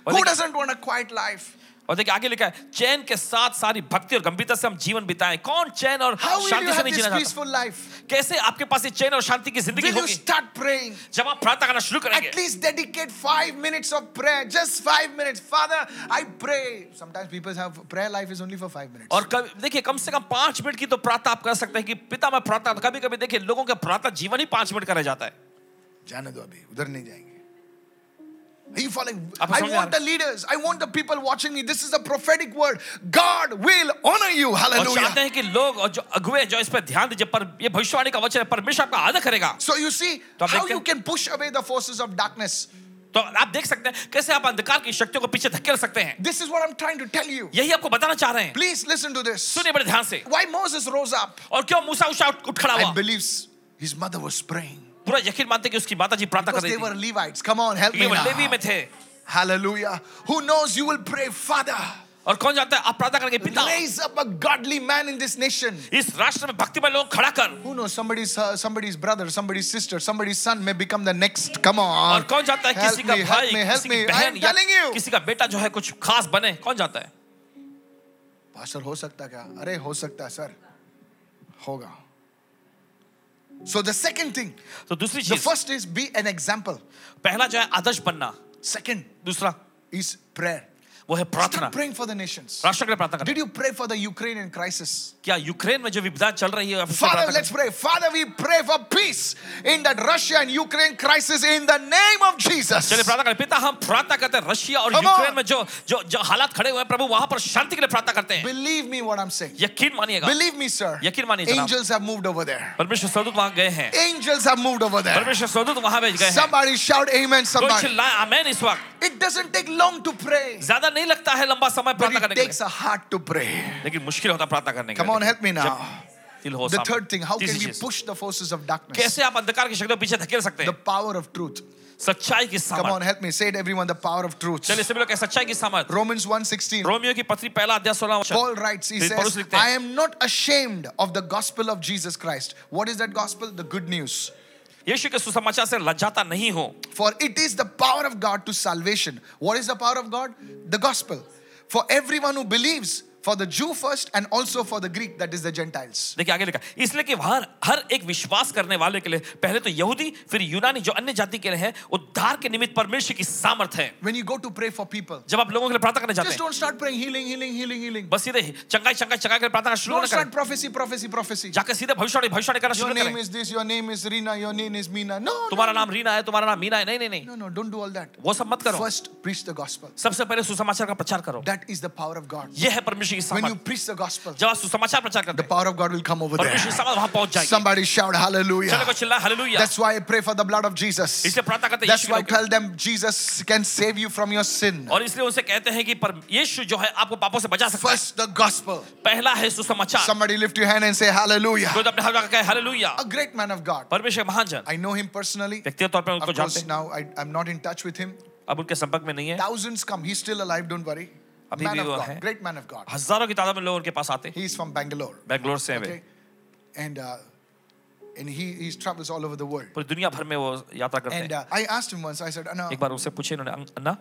[SPEAKER 2] और
[SPEAKER 1] Who
[SPEAKER 2] देखिए-
[SPEAKER 1] doesn't want a quiet life?
[SPEAKER 2] और देखिए आगे लिखा है चैन के साथ सारी भक्ति और गंभीरता से हम जीवन बिताएं कौन चैन और
[SPEAKER 1] How will you
[SPEAKER 2] शांति से
[SPEAKER 1] have
[SPEAKER 2] नहीं
[SPEAKER 1] this
[SPEAKER 2] जीना चाहता
[SPEAKER 1] peaceful life?
[SPEAKER 2] कैसे आपके पास ये चैन और शांति की जिंदगी
[SPEAKER 1] Will you
[SPEAKER 2] होगी
[SPEAKER 1] start praying?
[SPEAKER 2] जब आप प्रार्थना करना शुरू करेंगे
[SPEAKER 1] At least dedicate five minutes of prayer. Just five minutes. Father, I pray. Sometimes people have prayer life is only for five minutes.
[SPEAKER 2] और कभी देखिए कम से कम पांच मिनट की तो प्रार्थना आप कर सकते हैं कि पिता मैं प्रार्थना कभी कभी देखिए लोगों का प्रार्थना जीवन ही पांच मिनट का रह जाता है
[SPEAKER 1] जाने दो अभी उधर नहीं जाएंगे Are you following?
[SPEAKER 2] आपको
[SPEAKER 1] I
[SPEAKER 2] समझ आ
[SPEAKER 1] want
[SPEAKER 2] रहा
[SPEAKER 1] the leaders. I want the people watching me. This is a prophetic word. God will honor you.
[SPEAKER 2] और चाहते
[SPEAKER 1] Hallelujah.
[SPEAKER 2] हैं कि लोग और जो अगुए जो इस पर ध्यान दीजिए पर ये भविष्यवाणी का वचन है परमेश्वर आपका आदर करेगा
[SPEAKER 1] So you see
[SPEAKER 2] तो आप
[SPEAKER 1] how
[SPEAKER 2] देखते
[SPEAKER 1] you
[SPEAKER 2] हैं?
[SPEAKER 1] can push away the forces of darkness.
[SPEAKER 2] तो आप देख सकते हैं कैसे आप अंधकार की शक्तियों को पीछे धकेल सकते हैं
[SPEAKER 1] This is what I'm trying to tell you.
[SPEAKER 2] यही आपको बताना चाह रहे हैं
[SPEAKER 1] Please listen to this.
[SPEAKER 2] सुनिए बड़े ध्यान से
[SPEAKER 1] Why Moses rose up
[SPEAKER 2] और क्यों मूसा उषा उठ उठ खड़ा हुआ
[SPEAKER 1] and believes his mother was praying.
[SPEAKER 2] पूरा यकीन मानते कि उसकी माता जी प्रार्थना कर
[SPEAKER 1] Because
[SPEAKER 2] रही
[SPEAKER 1] they
[SPEAKER 2] थी
[SPEAKER 1] were Levites. Come on, help
[SPEAKER 2] क्योंकि
[SPEAKER 1] me.
[SPEAKER 2] वो लेवी में
[SPEAKER 1] Now.
[SPEAKER 2] थे
[SPEAKER 1] Hallelujah. Who knows you will pray, Father?
[SPEAKER 2] और कौन जानता है आप प्रार्थना करेंगे पिता
[SPEAKER 1] Raise up a godly man in this nation.
[SPEAKER 2] इस राष्ट्र में भक्तिमय लोग खड़ा कर
[SPEAKER 1] Who knows? Somebody's uh, somebody's brother, somebody's sister, somebody's son may become the next. Come
[SPEAKER 2] और
[SPEAKER 1] on.
[SPEAKER 2] कौन जानता है
[SPEAKER 1] Help
[SPEAKER 2] किसी का
[SPEAKER 1] me, help
[SPEAKER 2] भाई
[SPEAKER 1] me, help
[SPEAKER 2] किसी की
[SPEAKER 1] me.
[SPEAKER 2] बहन
[SPEAKER 1] I'm
[SPEAKER 2] या
[SPEAKER 1] telling you.
[SPEAKER 2] किसी का बेटा जो है कुछ खास बने कौन जानता है
[SPEAKER 1] Pastor, हो सकता क्या? अरे हो सकता है सर. होगा. So the second thing,
[SPEAKER 2] तो दूसरी
[SPEAKER 1] the
[SPEAKER 2] चीज
[SPEAKER 1] first is be an example.
[SPEAKER 2] पहला जो है आदर्श बनना
[SPEAKER 1] Second
[SPEAKER 2] दूसरा
[SPEAKER 1] is prayer.
[SPEAKER 2] वो है प्रार्थना
[SPEAKER 1] Start praying for the nations.
[SPEAKER 2] राष्ट्र के लिए प्रार्थना
[SPEAKER 1] Did
[SPEAKER 2] करना
[SPEAKER 1] you pray for the Ukrainian crisis?
[SPEAKER 2] क्या यूक्रेन में जो विपदा चल रही है आप उसके लिए
[SPEAKER 1] Father,
[SPEAKER 2] प्रार्थना
[SPEAKER 1] let's pray. Father, we pray for peace in that Russia and Ukraine crisis in the name of Jesus.
[SPEAKER 2] चलिए प्रार्थना करें पिता हम प्रार्थना करते हैं रशिया और
[SPEAKER 1] Come on.
[SPEAKER 2] यूक्रेन में जो जो जो हालात खड़े हुए हैं प्रभु वहां पर शांति के लिए प्रार्थना करते हैं
[SPEAKER 1] Believe me what I'm saying.
[SPEAKER 2] यकीन मानिएगा
[SPEAKER 1] Believe me, sir.
[SPEAKER 2] यकीन मानिए जनाब।
[SPEAKER 1] Angels have moved over there.
[SPEAKER 2] परमेश्वर स्वरूप वहां गए हैं
[SPEAKER 1] Angels have moved over there.
[SPEAKER 2] परमेश्वर स्वरूप वहां भेज गए हैं
[SPEAKER 1] Somebody shout amen,
[SPEAKER 2] कोई
[SPEAKER 1] somebody.
[SPEAKER 2] चिल्लाए आमेन इस वक्त
[SPEAKER 1] It doesn't take long to pray,
[SPEAKER 2] ज्यादा नहीं लगता है लंबा समय
[SPEAKER 1] but
[SPEAKER 2] प्रार्थना
[SPEAKER 1] it
[SPEAKER 2] करने के लिए
[SPEAKER 1] takes a heart to pray.
[SPEAKER 2] लेकिन मुश्किल होता है प्रार्थना करने के
[SPEAKER 1] Come on,
[SPEAKER 2] लिए
[SPEAKER 1] help me now.
[SPEAKER 2] दिल हो
[SPEAKER 1] The
[SPEAKER 2] सामने।
[SPEAKER 1] third thing how can we
[SPEAKER 2] तीसरी चीज़,
[SPEAKER 1] push the forces of darkness?
[SPEAKER 2] कैसे आप अंधकार की शक्तियों को पीछे धकेल सकते
[SPEAKER 1] The
[SPEAKER 2] हैं
[SPEAKER 1] power of truth.
[SPEAKER 2] सच्चाई की
[SPEAKER 1] Come on,
[SPEAKER 2] सामर्थ
[SPEAKER 1] help me. Say it, everyone. The power of truth.
[SPEAKER 2] चलिए सभी लोग कहें, सच्चाई की सामर्थ
[SPEAKER 1] Romans 1:16.
[SPEAKER 2] रोमियो की पत्री पहला अध्याय सोलह वचन।
[SPEAKER 1] Paul writes, he
[SPEAKER 2] फिर पौलुस
[SPEAKER 1] says,
[SPEAKER 2] लिखते
[SPEAKER 1] I
[SPEAKER 2] हैं
[SPEAKER 1] am not ashamed of the gospel of Jesus Christ. What is that gospel? The good news.
[SPEAKER 2] यीशु के सुसमाचार से लज्जाता नहीं हो
[SPEAKER 1] For it is the power of God to salvation. What is the power of God? The gospel. For everyone who believes, for the Jew first and also for the Greek, that is the Gentiles.
[SPEAKER 2] देखिए आगे लिखा इसलिए कि वहां हर एक विश्वास करने वाले के लिए पहले तो यहूदी फिर यूनानी जो अन्य जाति के लिए है उद्धार के निमित्त परमेश्वर की सामर्थ है
[SPEAKER 1] When you go to pray for people,
[SPEAKER 2] जब आप लोगों के लिए प्रार्थना करने जाते
[SPEAKER 1] just
[SPEAKER 2] हैं
[SPEAKER 1] don't start praying healing, healing, healing, healing.
[SPEAKER 2] बस सीधे चंगाई चंगाई चंगाई के लिए प्रार्थना शुरू
[SPEAKER 1] Don't
[SPEAKER 2] न
[SPEAKER 1] start
[SPEAKER 2] करें
[SPEAKER 1] prophecy, prophecy, prophecy.
[SPEAKER 2] जाकर सीधे भविष्यवाणी भविष्यवाणी करना
[SPEAKER 1] Your
[SPEAKER 2] शुरू
[SPEAKER 1] name
[SPEAKER 2] करें
[SPEAKER 1] is this, your name is Rina, your name is Meena. No, no,
[SPEAKER 2] तुम्हारा नाम रीना है तुम्हारा नाम मीना है नहीं नहीं नहीं
[SPEAKER 1] no, no, don't do all that.
[SPEAKER 2] वो सब मत करो
[SPEAKER 1] First, preach the gospel.
[SPEAKER 2] सबसे पहले सुसमाचार का प्रचार करो
[SPEAKER 1] That is the power of God.
[SPEAKER 2] यह है परमेश्वर की
[SPEAKER 1] When you
[SPEAKER 2] सामर्थ
[SPEAKER 1] preach the gospel,
[SPEAKER 2] जब आप सुसमाचार प्रचार करते
[SPEAKER 1] the
[SPEAKER 2] हैं
[SPEAKER 1] power of God will come over there.
[SPEAKER 2] परमेश्वर की सामर्थ वहां पहुंच जाएगी
[SPEAKER 1] Somebody shout
[SPEAKER 2] चलो को
[SPEAKER 1] hallelujah.
[SPEAKER 2] चिल्ला hallelujah
[SPEAKER 1] That's why I pray for the blood of Jesus.
[SPEAKER 2] इसलिए प्रार्थना करते हैं
[SPEAKER 1] That's
[SPEAKER 2] यीशु के
[SPEAKER 1] why I
[SPEAKER 2] नाम के-
[SPEAKER 1] tell them Jesus can save you from your sin.
[SPEAKER 2] और इसलिए उनसे कहते हैं कि पर यीशु जो है आपको पापों से बचा सकता
[SPEAKER 1] First, the gospel.
[SPEAKER 2] है पहला है सुसमाचार
[SPEAKER 1] Somebody lift your hand and say hallelujah.
[SPEAKER 2] कोई तो अपने हाथ लगा कहे hallelujah
[SPEAKER 1] A great man of God.
[SPEAKER 2] परमेश्वर महान जन
[SPEAKER 1] I know him personally.
[SPEAKER 2] व्यक्तिगत तौर पर उनको
[SPEAKER 1] Of
[SPEAKER 2] जानते
[SPEAKER 1] course,
[SPEAKER 2] हैं
[SPEAKER 1] now I, I'm not in touch with him.
[SPEAKER 2] अब उनके संपर्क में नहीं है
[SPEAKER 1] Thousands come. He's still alive, don't worry.
[SPEAKER 2] अभी
[SPEAKER 1] Man
[SPEAKER 2] भी
[SPEAKER 1] of
[SPEAKER 2] वो
[SPEAKER 1] God.
[SPEAKER 2] है।
[SPEAKER 1] Great man of God.
[SPEAKER 2] हजारों की तादाद में लोग उनके पास आते हैं
[SPEAKER 1] He's from Bangalore.
[SPEAKER 2] बेंगलोर से हैं वे
[SPEAKER 1] Okay? And, uh, and he, he travels all over the world.
[SPEAKER 2] पूरी दुनिया भर में वो यात्रा करते
[SPEAKER 1] And uh,
[SPEAKER 2] हैं
[SPEAKER 1] I asked him once, I said, Anna,
[SPEAKER 2] एक बार उनसे पूछे इन्होंने "अंग- अन्ना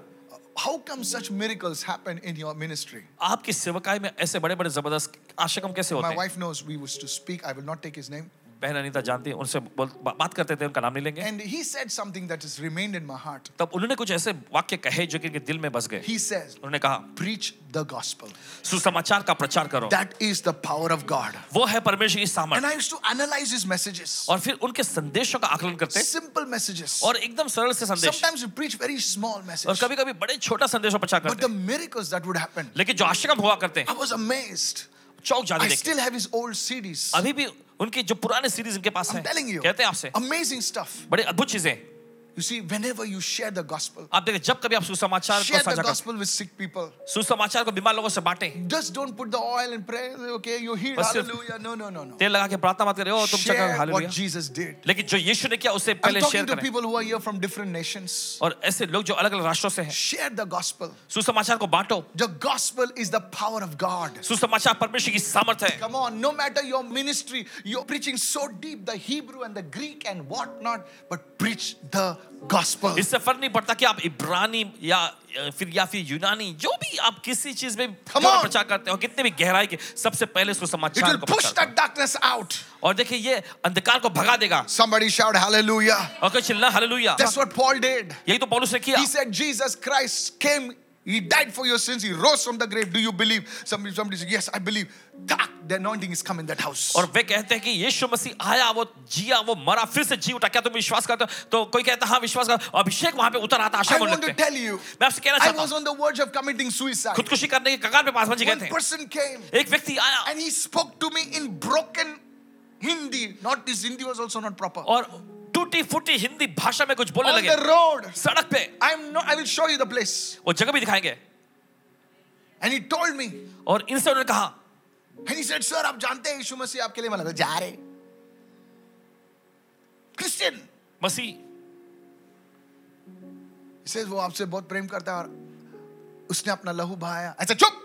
[SPEAKER 1] how come such miracles happen in your ministry?
[SPEAKER 2] आपकी सेवकाई में ऐसे बड़े बड़े जबरदस्त आशकम कैसे होते
[SPEAKER 1] My
[SPEAKER 2] हैं
[SPEAKER 1] wife knows we used to speak. I will not take his name.
[SPEAKER 2] बहन अनीता जानती है उनसे बोल, बा, बात करते थे उनका नाम नहीं लेंगे
[SPEAKER 1] And he said something that has remained in my heart.
[SPEAKER 2] तब उन्होंने कुछ ऐसे वाक्य कहे जो कि इनके दिल में बस गए
[SPEAKER 1] He says,
[SPEAKER 2] उन्होंने कहा
[SPEAKER 1] Preach the gospel.
[SPEAKER 2] Oh. सुसमाचार का प्रचार करो
[SPEAKER 1] That is the power of God.
[SPEAKER 2] वो है परमेश्वर की
[SPEAKER 1] And
[SPEAKER 2] सामर्थ
[SPEAKER 1] I used to analyze his messages.
[SPEAKER 2] और फिर उनके संदेशों का आकलन करते
[SPEAKER 1] Simple messages.
[SPEAKER 2] और एकदम सरल से संदेश
[SPEAKER 1] Sometimes you preach very small
[SPEAKER 2] और
[SPEAKER 1] messages.
[SPEAKER 2] कभी कभी बड़े छोटा संदेशों पर प्रचार
[SPEAKER 1] But
[SPEAKER 2] करते
[SPEAKER 1] the miracles that would happen,
[SPEAKER 2] लेकिन जो आश्रम हुआ करते हैं
[SPEAKER 1] I was amazed.
[SPEAKER 2] चौक जाते
[SPEAKER 1] I
[SPEAKER 2] देखे
[SPEAKER 1] still have his old CDs.
[SPEAKER 2] अभी भी उनके जो पुराने सीरीज इनके पास है
[SPEAKER 1] I'm telling you.
[SPEAKER 2] कहते हैं आपसे
[SPEAKER 1] Amazing stuff.
[SPEAKER 2] बड़े अद्भुत चीजें
[SPEAKER 1] You see, whenever you share the gospel,
[SPEAKER 2] आप देखिए जब कभी आप सुसमाचार को
[SPEAKER 1] share the
[SPEAKER 2] साझा करते
[SPEAKER 1] gospel with sick people.
[SPEAKER 2] सुसमाचार को बीमार लोगों से बांटे
[SPEAKER 1] Just don't put the oil and pray, okay, you're healed,
[SPEAKER 2] बस सिर्फ-
[SPEAKER 1] hallelujah. No, no, no, no.
[SPEAKER 2] तेल लगा के प्रार्थना मत करें ओ तुम चक्कर
[SPEAKER 1] Share what
[SPEAKER 2] hallelujah
[SPEAKER 1] Jesus did.
[SPEAKER 2] लेकिन जो यीशु ने किया उसे
[SPEAKER 1] I'm
[SPEAKER 2] पहले शेयर
[SPEAKER 1] talking to
[SPEAKER 2] करें
[SPEAKER 1] people who are here from different nations.
[SPEAKER 2] और ऐसे लोग जो अलग अलग राष्ट्रों से हैं
[SPEAKER 1] Share the gospel.
[SPEAKER 2] सुसमाचार को बांटो
[SPEAKER 1] The gospel is the power of God.
[SPEAKER 2] सुसमाचार परमेश्वर की सामर्थ है
[SPEAKER 1] Come on, no matter your ministry, you're preaching so deep the Hebrew and the Greek and whatnot, but preach the gospel.
[SPEAKER 2] इससे फर्क नहीं पड़ता कि आप इब्रानी या या फिर या फिर यूनानी जो भी आप किसी चीज में
[SPEAKER 1] Come on.
[SPEAKER 2] प्रचार करते हो कितने भी गहराई के सबसे पहले
[SPEAKER 1] It
[SPEAKER 2] सुसमाचार
[SPEAKER 1] will
[SPEAKER 2] को
[SPEAKER 1] push
[SPEAKER 2] प्रचार
[SPEAKER 1] that darkness out.
[SPEAKER 2] करो। और देखिए ये अंधकार को भगा देगा
[SPEAKER 1] Somebody shout hallelujah.
[SPEAKER 2] और कोई चिल्ला hallelujah
[SPEAKER 1] That's what Paul did.
[SPEAKER 2] यही तो पौलुस ने किया
[SPEAKER 1] He said, Jesus Christ came. He died for your sins. He rose from the grave. Do you believe? Somebody, somebody said, Yes, I believe. That, the anointing is coming in that house.
[SPEAKER 2] और वे कहते हैं कि यीशु मसीह आया वो जिया वो मरा फिर से जी उठा क्या तुम विश्वास करते हो तो कोई कहता है हाँ विश्वास कर अभिषेक वहां पे उतर आता आशा
[SPEAKER 1] I
[SPEAKER 2] को
[SPEAKER 1] want
[SPEAKER 2] लगते
[SPEAKER 1] to
[SPEAKER 2] हैं
[SPEAKER 1] tell you,
[SPEAKER 2] मैं आपसे कहना
[SPEAKER 1] I
[SPEAKER 2] चाहता
[SPEAKER 1] was
[SPEAKER 2] हूँ
[SPEAKER 1] on the verge of committing suicide.
[SPEAKER 2] खुदकुशी करने के कगार पे पासवान जी
[SPEAKER 1] One
[SPEAKER 2] कहते हैं
[SPEAKER 1] person came
[SPEAKER 2] एक व्यक्ति आया
[SPEAKER 1] and he spoke to me in broken Hindi. Not this Hindi was also not proper.
[SPEAKER 2] और टूटी फूटी हिंदी भाषा में कुछ बोलने
[SPEAKER 1] On
[SPEAKER 2] लगे
[SPEAKER 1] the road.
[SPEAKER 2] सड़क पे
[SPEAKER 1] I'm not I will show you the place.
[SPEAKER 2] वो जगह भी दिखाएंगे
[SPEAKER 1] And he told me.
[SPEAKER 2] और इनसे उन्होंने कहा
[SPEAKER 1] And he said, Sir, आप जानते हैं यीशु मसीह आपके लिए मरा था जा रहे क्रिश्चियन
[SPEAKER 2] मसीह
[SPEAKER 1] says वो आपसे बहुत प्रेम करता है और उसने अपना लहू बहाया ऐसा चुप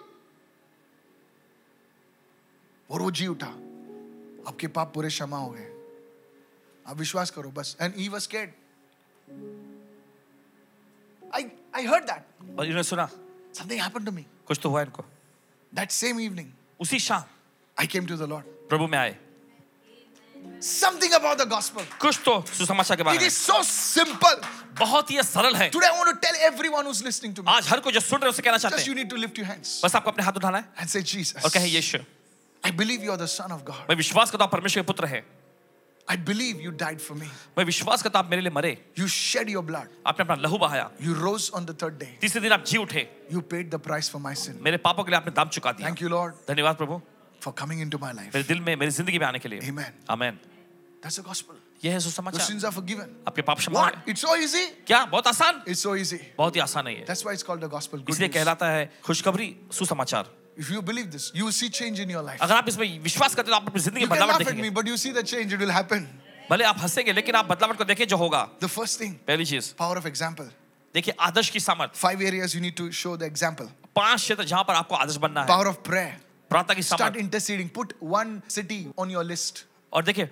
[SPEAKER 1] और वो जी उठा आपके पाप पूरे क्षमा हो गए आप विश्वास करो बस and he was scared I I heard that
[SPEAKER 2] और इन्होंने सुना
[SPEAKER 1] समथिंग हैपेंड टू मी
[SPEAKER 2] कुछ तो हुआ इनको
[SPEAKER 1] दैट सेम इवनिंग
[SPEAKER 2] उसी शाम
[SPEAKER 1] I came to the lord
[SPEAKER 2] प्रभु में आए
[SPEAKER 1] Something about the gospel.
[SPEAKER 2] कुछ तो सुसमाचार के बारे
[SPEAKER 1] It
[SPEAKER 2] में
[SPEAKER 1] is so simple.
[SPEAKER 2] बहुत ही सरल है
[SPEAKER 1] Today, I want to tell everyone who's listening to me
[SPEAKER 2] आज हर कोई जो सुन रहे हैं उसे कहना चाहते
[SPEAKER 1] just you
[SPEAKER 2] हैं
[SPEAKER 1] need to lift your hands
[SPEAKER 2] बस आपको अपने हाथ उठाना है
[SPEAKER 1] and say, Jesus,
[SPEAKER 2] और कहे यीशु
[SPEAKER 1] I believe you're the Son of God.
[SPEAKER 2] मैं विश्वास करता हूँ आप परमेश्वर के पुत्र है
[SPEAKER 1] I believe you died for me.
[SPEAKER 2] मैं विश्वास करता हूँ आप मेरे लिए मरे
[SPEAKER 1] You shed your blood.
[SPEAKER 2] आपने अपना लहू बहाया
[SPEAKER 1] You rose on the third day.
[SPEAKER 2] तीसरे दिन आप जी उठे
[SPEAKER 1] You paid the price for my sin.
[SPEAKER 2] मेरे पापों के लिए आपने दाम चुका दिया
[SPEAKER 1] Thank you, Lord,
[SPEAKER 2] धन्यवाद प्रभु
[SPEAKER 1] for coming into my life.
[SPEAKER 2] मेरे दिल में मेरी जिंदगी में आने के लिए
[SPEAKER 1] Amen.
[SPEAKER 2] Amen
[SPEAKER 1] That's the gospel.
[SPEAKER 2] यह है
[SPEAKER 1] Your
[SPEAKER 2] सुसमाचार
[SPEAKER 1] sins are forgiven.
[SPEAKER 2] आपके पाप क्षमा
[SPEAKER 1] What?
[SPEAKER 2] हुए।
[SPEAKER 1] It's so easy.
[SPEAKER 2] क्या बहुत आसान
[SPEAKER 1] It's so easy.
[SPEAKER 2] बहुत ही आसान है ये
[SPEAKER 1] That's why it's called the gospel. Good
[SPEAKER 2] इसलिए
[SPEAKER 1] news.
[SPEAKER 2] कहलाता है खुशखबरी सुसमाचार
[SPEAKER 1] If you believe this, you will see change in your life.
[SPEAKER 2] अगर आप इसमें विश्वास करते हो तो आप अपनी जिंदगी
[SPEAKER 1] You
[SPEAKER 2] में
[SPEAKER 1] can
[SPEAKER 2] बदलाव
[SPEAKER 1] laugh at me,
[SPEAKER 2] देखेंगे
[SPEAKER 1] but you see the change. It will happen.
[SPEAKER 2] भले आप हंसेंगे लेकिन आप बदलावट को देखें जो होगा
[SPEAKER 1] The first thing,
[SPEAKER 2] पहली चीज
[SPEAKER 1] power of example.
[SPEAKER 2] देखिए आदर्श की सामर्थ
[SPEAKER 1] Five areas you need to show the example.
[SPEAKER 2] पांच क्षेत्र जहां पर आपको आदर्श बनना है
[SPEAKER 1] Power of prayer.
[SPEAKER 2] प्रार्थना की
[SPEAKER 1] Start
[SPEAKER 2] सामर्थ
[SPEAKER 1] interceding. Put one city on your list.
[SPEAKER 2] और देखिए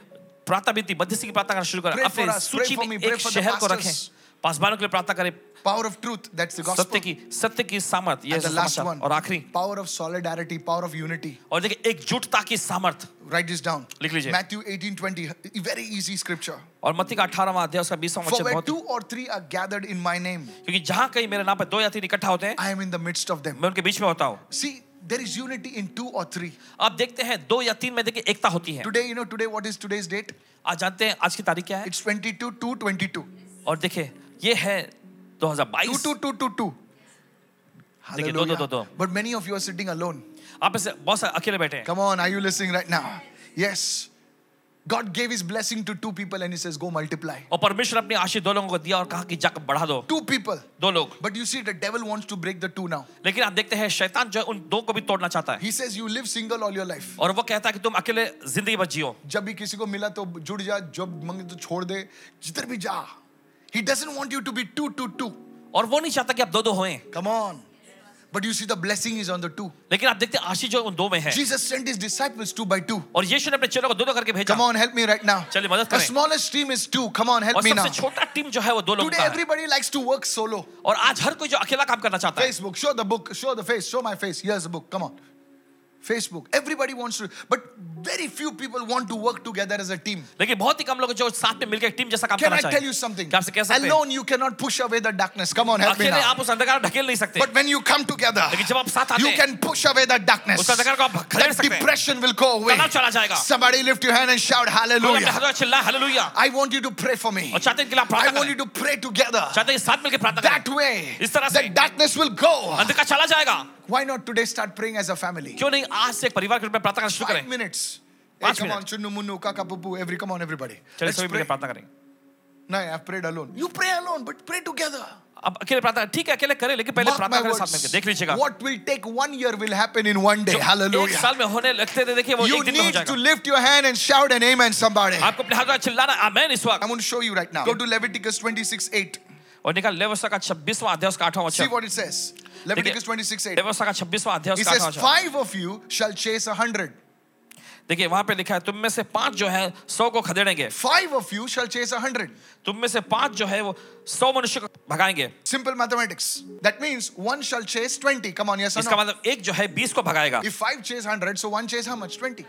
[SPEAKER 2] प्रार्थना विनती मध्यस्थी की प्रार्थना करना शुरू करें
[SPEAKER 1] Pray for
[SPEAKER 2] अपने
[SPEAKER 1] us, pray
[SPEAKER 2] सूची
[SPEAKER 1] for
[SPEAKER 2] में
[SPEAKER 1] me,
[SPEAKER 2] एक
[SPEAKER 1] pray for the
[SPEAKER 2] शहर को रखें
[SPEAKER 1] pastors.
[SPEAKER 2] पासवानों के लिए प्रार्थना करें
[SPEAKER 1] Power of truth. That's the
[SPEAKER 2] सत्य
[SPEAKER 1] gospel.
[SPEAKER 2] की सत्य की सामर्थ यह
[SPEAKER 1] And the last
[SPEAKER 2] समाचार
[SPEAKER 1] one.
[SPEAKER 2] और आखिरी
[SPEAKER 1] Power of solidarity. Power of unity.
[SPEAKER 2] और देखिए एकजुटता की सामर्थ
[SPEAKER 1] Write this down.
[SPEAKER 2] लिख लीजिए।
[SPEAKER 1] Matthew 18:20. Very easy scripture.
[SPEAKER 2] और मत्ती का 18वां अध्याय उसका 20वां
[SPEAKER 1] For
[SPEAKER 2] वचन
[SPEAKER 1] where
[SPEAKER 2] बहुत
[SPEAKER 1] two or three are gathered in my name,
[SPEAKER 2] क्योंकि जहां कहीं मेरे नाम पर दो या तीन इकट्ठा होते हैं
[SPEAKER 1] I am in the midst of them.
[SPEAKER 2] मैं उनके बीच में होता हूँ
[SPEAKER 1] See, there is unity in two or three.
[SPEAKER 2] आप देखते हैं दो या तीन में देखिए एकता होती है
[SPEAKER 1] Today, you know, today, what is today's date?
[SPEAKER 2] आज जानते हैं आज की तारीख क्या है
[SPEAKER 1] It's 22 2 22.
[SPEAKER 2] और देखिए ये है
[SPEAKER 1] 2
[SPEAKER 2] 2022
[SPEAKER 1] 2 2 2 2.
[SPEAKER 2] देखिए, दो, दो, दो, दो।
[SPEAKER 1] Hallelujah. But many of you are sitting alone.
[SPEAKER 2] आप ऐसे बहुत सारे अकेले बैठे हैं
[SPEAKER 1] Come on, are you listening right now? Yes. God gave his blessing to two people and he says, go multiply.
[SPEAKER 2] और परमेश्वर अपनी आशीष दो लोगों को दिया और कहा कि जाकर बढ़ा दो
[SPEAKER 1] Two people.
[SPEAKER 2] दो लोग
[SPEAKER 1] But you see, the devil wants to break the two now.
[SPEAKER 2] लेकिन आप देखते हैं शैतान जो है उन दो को भी तोड़ना चाहता है
[SPEAKER 1] He says, you live single all your life.
[SPEAKER 2] और वो कहता है कि तुम अकेले जिंदगी भर जियो
[SPEAKER 1] जब भी किसी को मिला तो जुड़ जा जब मांगे तो छोड़ दे जिधर भी जा He doesn't want you to be two, two, two.
[SPEAKER 2] और वो नहीं चाहता कि आप दो दो होएं
[SPEAKER 1] Come on. But you see, the blessing is on the two.
[SPEAKER 2] लेकिन आप देखते हैं आशीष जो है उन दो में है
[SPEAKER 1] Jesus sent his disciples two by two.
[SPEAKER 2] और यीशु ने अपने चेलों को दो दो करके भेजा
[SPEAKER 1] Come on, help me right now.
[SPEAKER 2] चलिए, मदद
[SPEAKER 1] The
[SPEAKER 2] करें।
[SPEAKER 1] smallest team is two. Come on, help
[SPEAKER 2] और
[SPEAKER 1] me now.
[SPEAKER 2] सबसे छोटा टीम जो है वो दो लोग
[SPEAKER 1] Today,
[SPEAKER 2] का है
[SPEAKER 1] everybody likes to work solo.
[SPEAKER 2] और आज हर कोई जो अकेला काम करना चाहता है
[SPEAKER 1] Facebook, show the book, show the face, show my face. Here's the book. Come on. Facebook. Everybody wants to, but very few people want to work together as a team.
[SPEAKER 2] लेकिन बहुत ही कम लोग हैं जो साथ में मिलकर एक टीम जैसा काम
[SPEAKER 1] Can
[SPEAKER 2] करना
[SPEAKER 1] I tell
[SPEAKER 2] चाहते
[SPEAKER 1] you something?
[SPEAKER 2] क्या आपसे कह सकते हैं?
[SPEAKER 1] Alone, you cannot push away the darkness. Come on, help me
[SPEAKER 2] अकेले
[SPEAKER 1] now.
[SPEAKER 2] आप उस अंधकार को ढकेल नहीं सकते
[SPEAKER 1] But when you come together,
[SPEAKER 2] लेकिन जब आप साथ आते
[SPEAKER 1] you
[SPEAKER 2] हैं,
[SPEAKER 1] can push away that darkness.
[SPEAKER 2] उस अंधकार को आप खदेड़
[SPEAKER 1] That
[SPEAKER 2] सकते हैं
[SPEAKER 1] depression will go away.
[SPEAKER 2] तनाव चला जाएगा
[SPEAKER 1] Somebody lift your hand and shout
[SPEAKER 2] कोई अपने
[SPEAKER 1] hallelujah.
[SPEAKER 2] हाथों से चिल्ला hallelujah
[SPEAKER 1] I want you to pray for me.
[SPEAKER 2] और चाहते हैं कि आप
[SPEAKER 1] I
[SPEAKER 2] प्रार्थना
[SPEAKER 1] want
[SPEAKER 2] करें
[SPEAKER 1] you to pray together.
[SPEAKER 2] चाहते हैं कि साथ मिलकर प्रार्थना
[SPEAKER 1] That
[SPEAKER 2] करें
[SPEAKER 1] way,
[SPEAKER 2] इस तरह से।
[SPEAKER 1] the darkness will go.
[SPEAKER 2] अंधकार चला जाएगा
[SPEAKER 1] Why not today start praying as a family?
[SPEAKER 2] क्यों नहीं आज से एक परिवार के रूप में प्रार्थना करना शुरू
[SPEAKER 1] Five
[SPEAKER 2] करें
[SPEAKER 1] minutes. Hey,
[SPEAKER 2] Five
[SPEAKER 1] come on,
[SPEAKER 2] minutes.
[SPEAKER 1] Chunnu Munnu, Kaka Pupu, every, come on, everybody.
[SPEAKER 2] चलिए
[SPEAKER 1] Let's
[SPEAKER 2] सभी मिलकर
[SPEAKER 1] pray.
[SPEAKER 2] प्रार्थना करें
[SPEAKER 1] No, I've prayed alone. You pray alone, but pray together.
[SPEAKER 2] अब अकेले प्रार्थना ठीक है अकेले करें लेकिन पहले
[SPEAKER 1] Mark
[SPEAKER 2] प्रार्थना
[SPEAKER 1] my
[SPEAKER 2] करें
[SPEAKER 1] words.
[SPEAKER 2] साथ में देख लीजिएगा
[SPEAKER 1] What will take one year will happen in one day.
[SPEAKER 2] जो एक
[SPEAKER 1] Hallelujah.
[SPEAKER 2] साल में होने लगते थे देखिए वो
[SPEAKER 1] You
[SPEAKER 2] एक दिन में हो
[SPEAKER 1] need to
[SPEAKER 2] जाएगा
[SPEAKER 1] lift your hand and shout an amen, somebody.
[SPEAKER 2] आपको अपने हाथों से चिल्लाना आमेन इस
[SPEAKER 1] I'm
[SPEAKER 2] वक्त
[SPEAKER 1] going to show you right now. Go to Leviticus 26 8.
[SPEAKER 2] और निकाल लेवसा का 26वां अध्याय उसका 8वां
[SPEAKER 1] See
[SPEAKER 2] वचन
[SPEAKER 1] what it says. Leviticus 26 8.
[SPEAKER 2] लेवसा का 26वां अध्याय
[SPEAKER 1] It
[SPEAKER 2] उसका 8वां
[SPEAKER 1] says,
[SPEAKER 2] वचन
[SPEAKER 1] Five of you shall chase a hundred.
[SPEAKER 2] देखिए वहां पे लिखा है तुम में से पांच जो है सौ को खदेड़ेंगे
[SPEAKER 1] Five of you shall chase a hundred.
[SPEAKER 2] तुम में से पांच जो है वो सौ मनुष्य को भगाएंगे
[SPEAKER 1] Simple mathematics. That means one shall chase 20. Come on, yes or
[SPEAKER 2] इसका
[SPEAKER 1] no?
[SPEAKER 2] मतलब एक जो है बीस को भगाएगा
[SPEAKER 1] If five chase 100, so one chase how much? 20.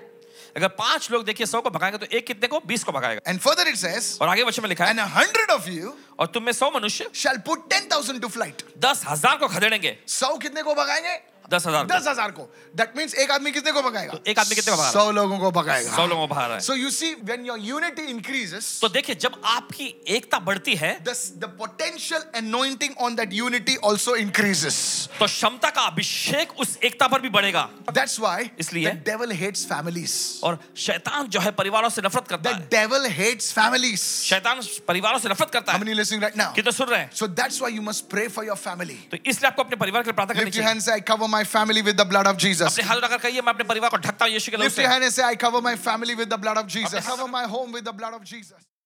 [SPEAKER 2] अगर पांच लोग देखिए सौ को भगाएंगे तो एक कितने को बीस को भगाएगा
[SPEAKER 1] And further it says,
[SPEAKER 2] और आगे वचन में लिखा
[SPEAKER 1] And
[SPEAKER 2] है
[SPEAKER 1] a hundred of you
[SPEAKER 2] और तुम में सौ मनुष्य
[SPEAKER 1] shall put 10,000 to flight.
[SPEAKER 2] दस हजार को खदेड़ेंगे
[SPEAKER 1] सौ कितने को भगाएंगे
[SPEAKER 2] दस हजार
[SPEAKER 1] दस हजार को दैट मीन्स एक आदमी कितने को भगाएगा
[SPEAKER 2] एक आदमी कितने को भगा रहा है?
[SPEAKER 1] सौ लोगों को भगाएगा
[SPEAKER 2] सौ लोगों को भगा रहा है
[SPEAKER 1] So you see, when your unity increases,
[SPEAKER 2] तो देखिए जब आपकी एकता बढ़ती है
[SPEAKER 1] the, the potential anointing on that unity also increases.
[SPEAKER 2] तो क्षमता का अभिषेक उस एकता पर भी बढ़ेगा
[SPEAKER 1] That's why
[SPEAKER 2] इसलिए?
[SPEAKER 1] the devil hates families.
[SPEAKER 2] और शैतान जो है परिवारों से नफरत करता
[SPEAKER 1] The
[SPEAKER 2] है
[SPEAKER 1] devil hates families.
[SPEAKER 2] शैतान परिवारों से नफरत करता
[SPEAKER 1] How
[SPEAKER 2] है
[SPEAKER 1] many listening right now?
[SPEAKER 2] कितने सुन रहे हैं
[SPEAKER 1] So that's why you must pray for your family.
[SPEAKER 2] तो इसलिए आपको अपने परिवार के लिए प्रार्थना करनी
[SPEAKER 1] Lift your
[SPEAKER 2] चाहिए
[SPEAKER 1] hand and say, I cover my family with the blood of Jesus.
[SPEAKER 2] अपने हाथ उठाकर कहिए मैं अपने परिवार को ढकता हूँ यीशु के नाम
[SPEAKER 1] Lift
[SPEAKER 2] से
[SPEAKER 1] your hand and say, I cover my family with the blood of Jesus. I cover my home with the blood of Jesus.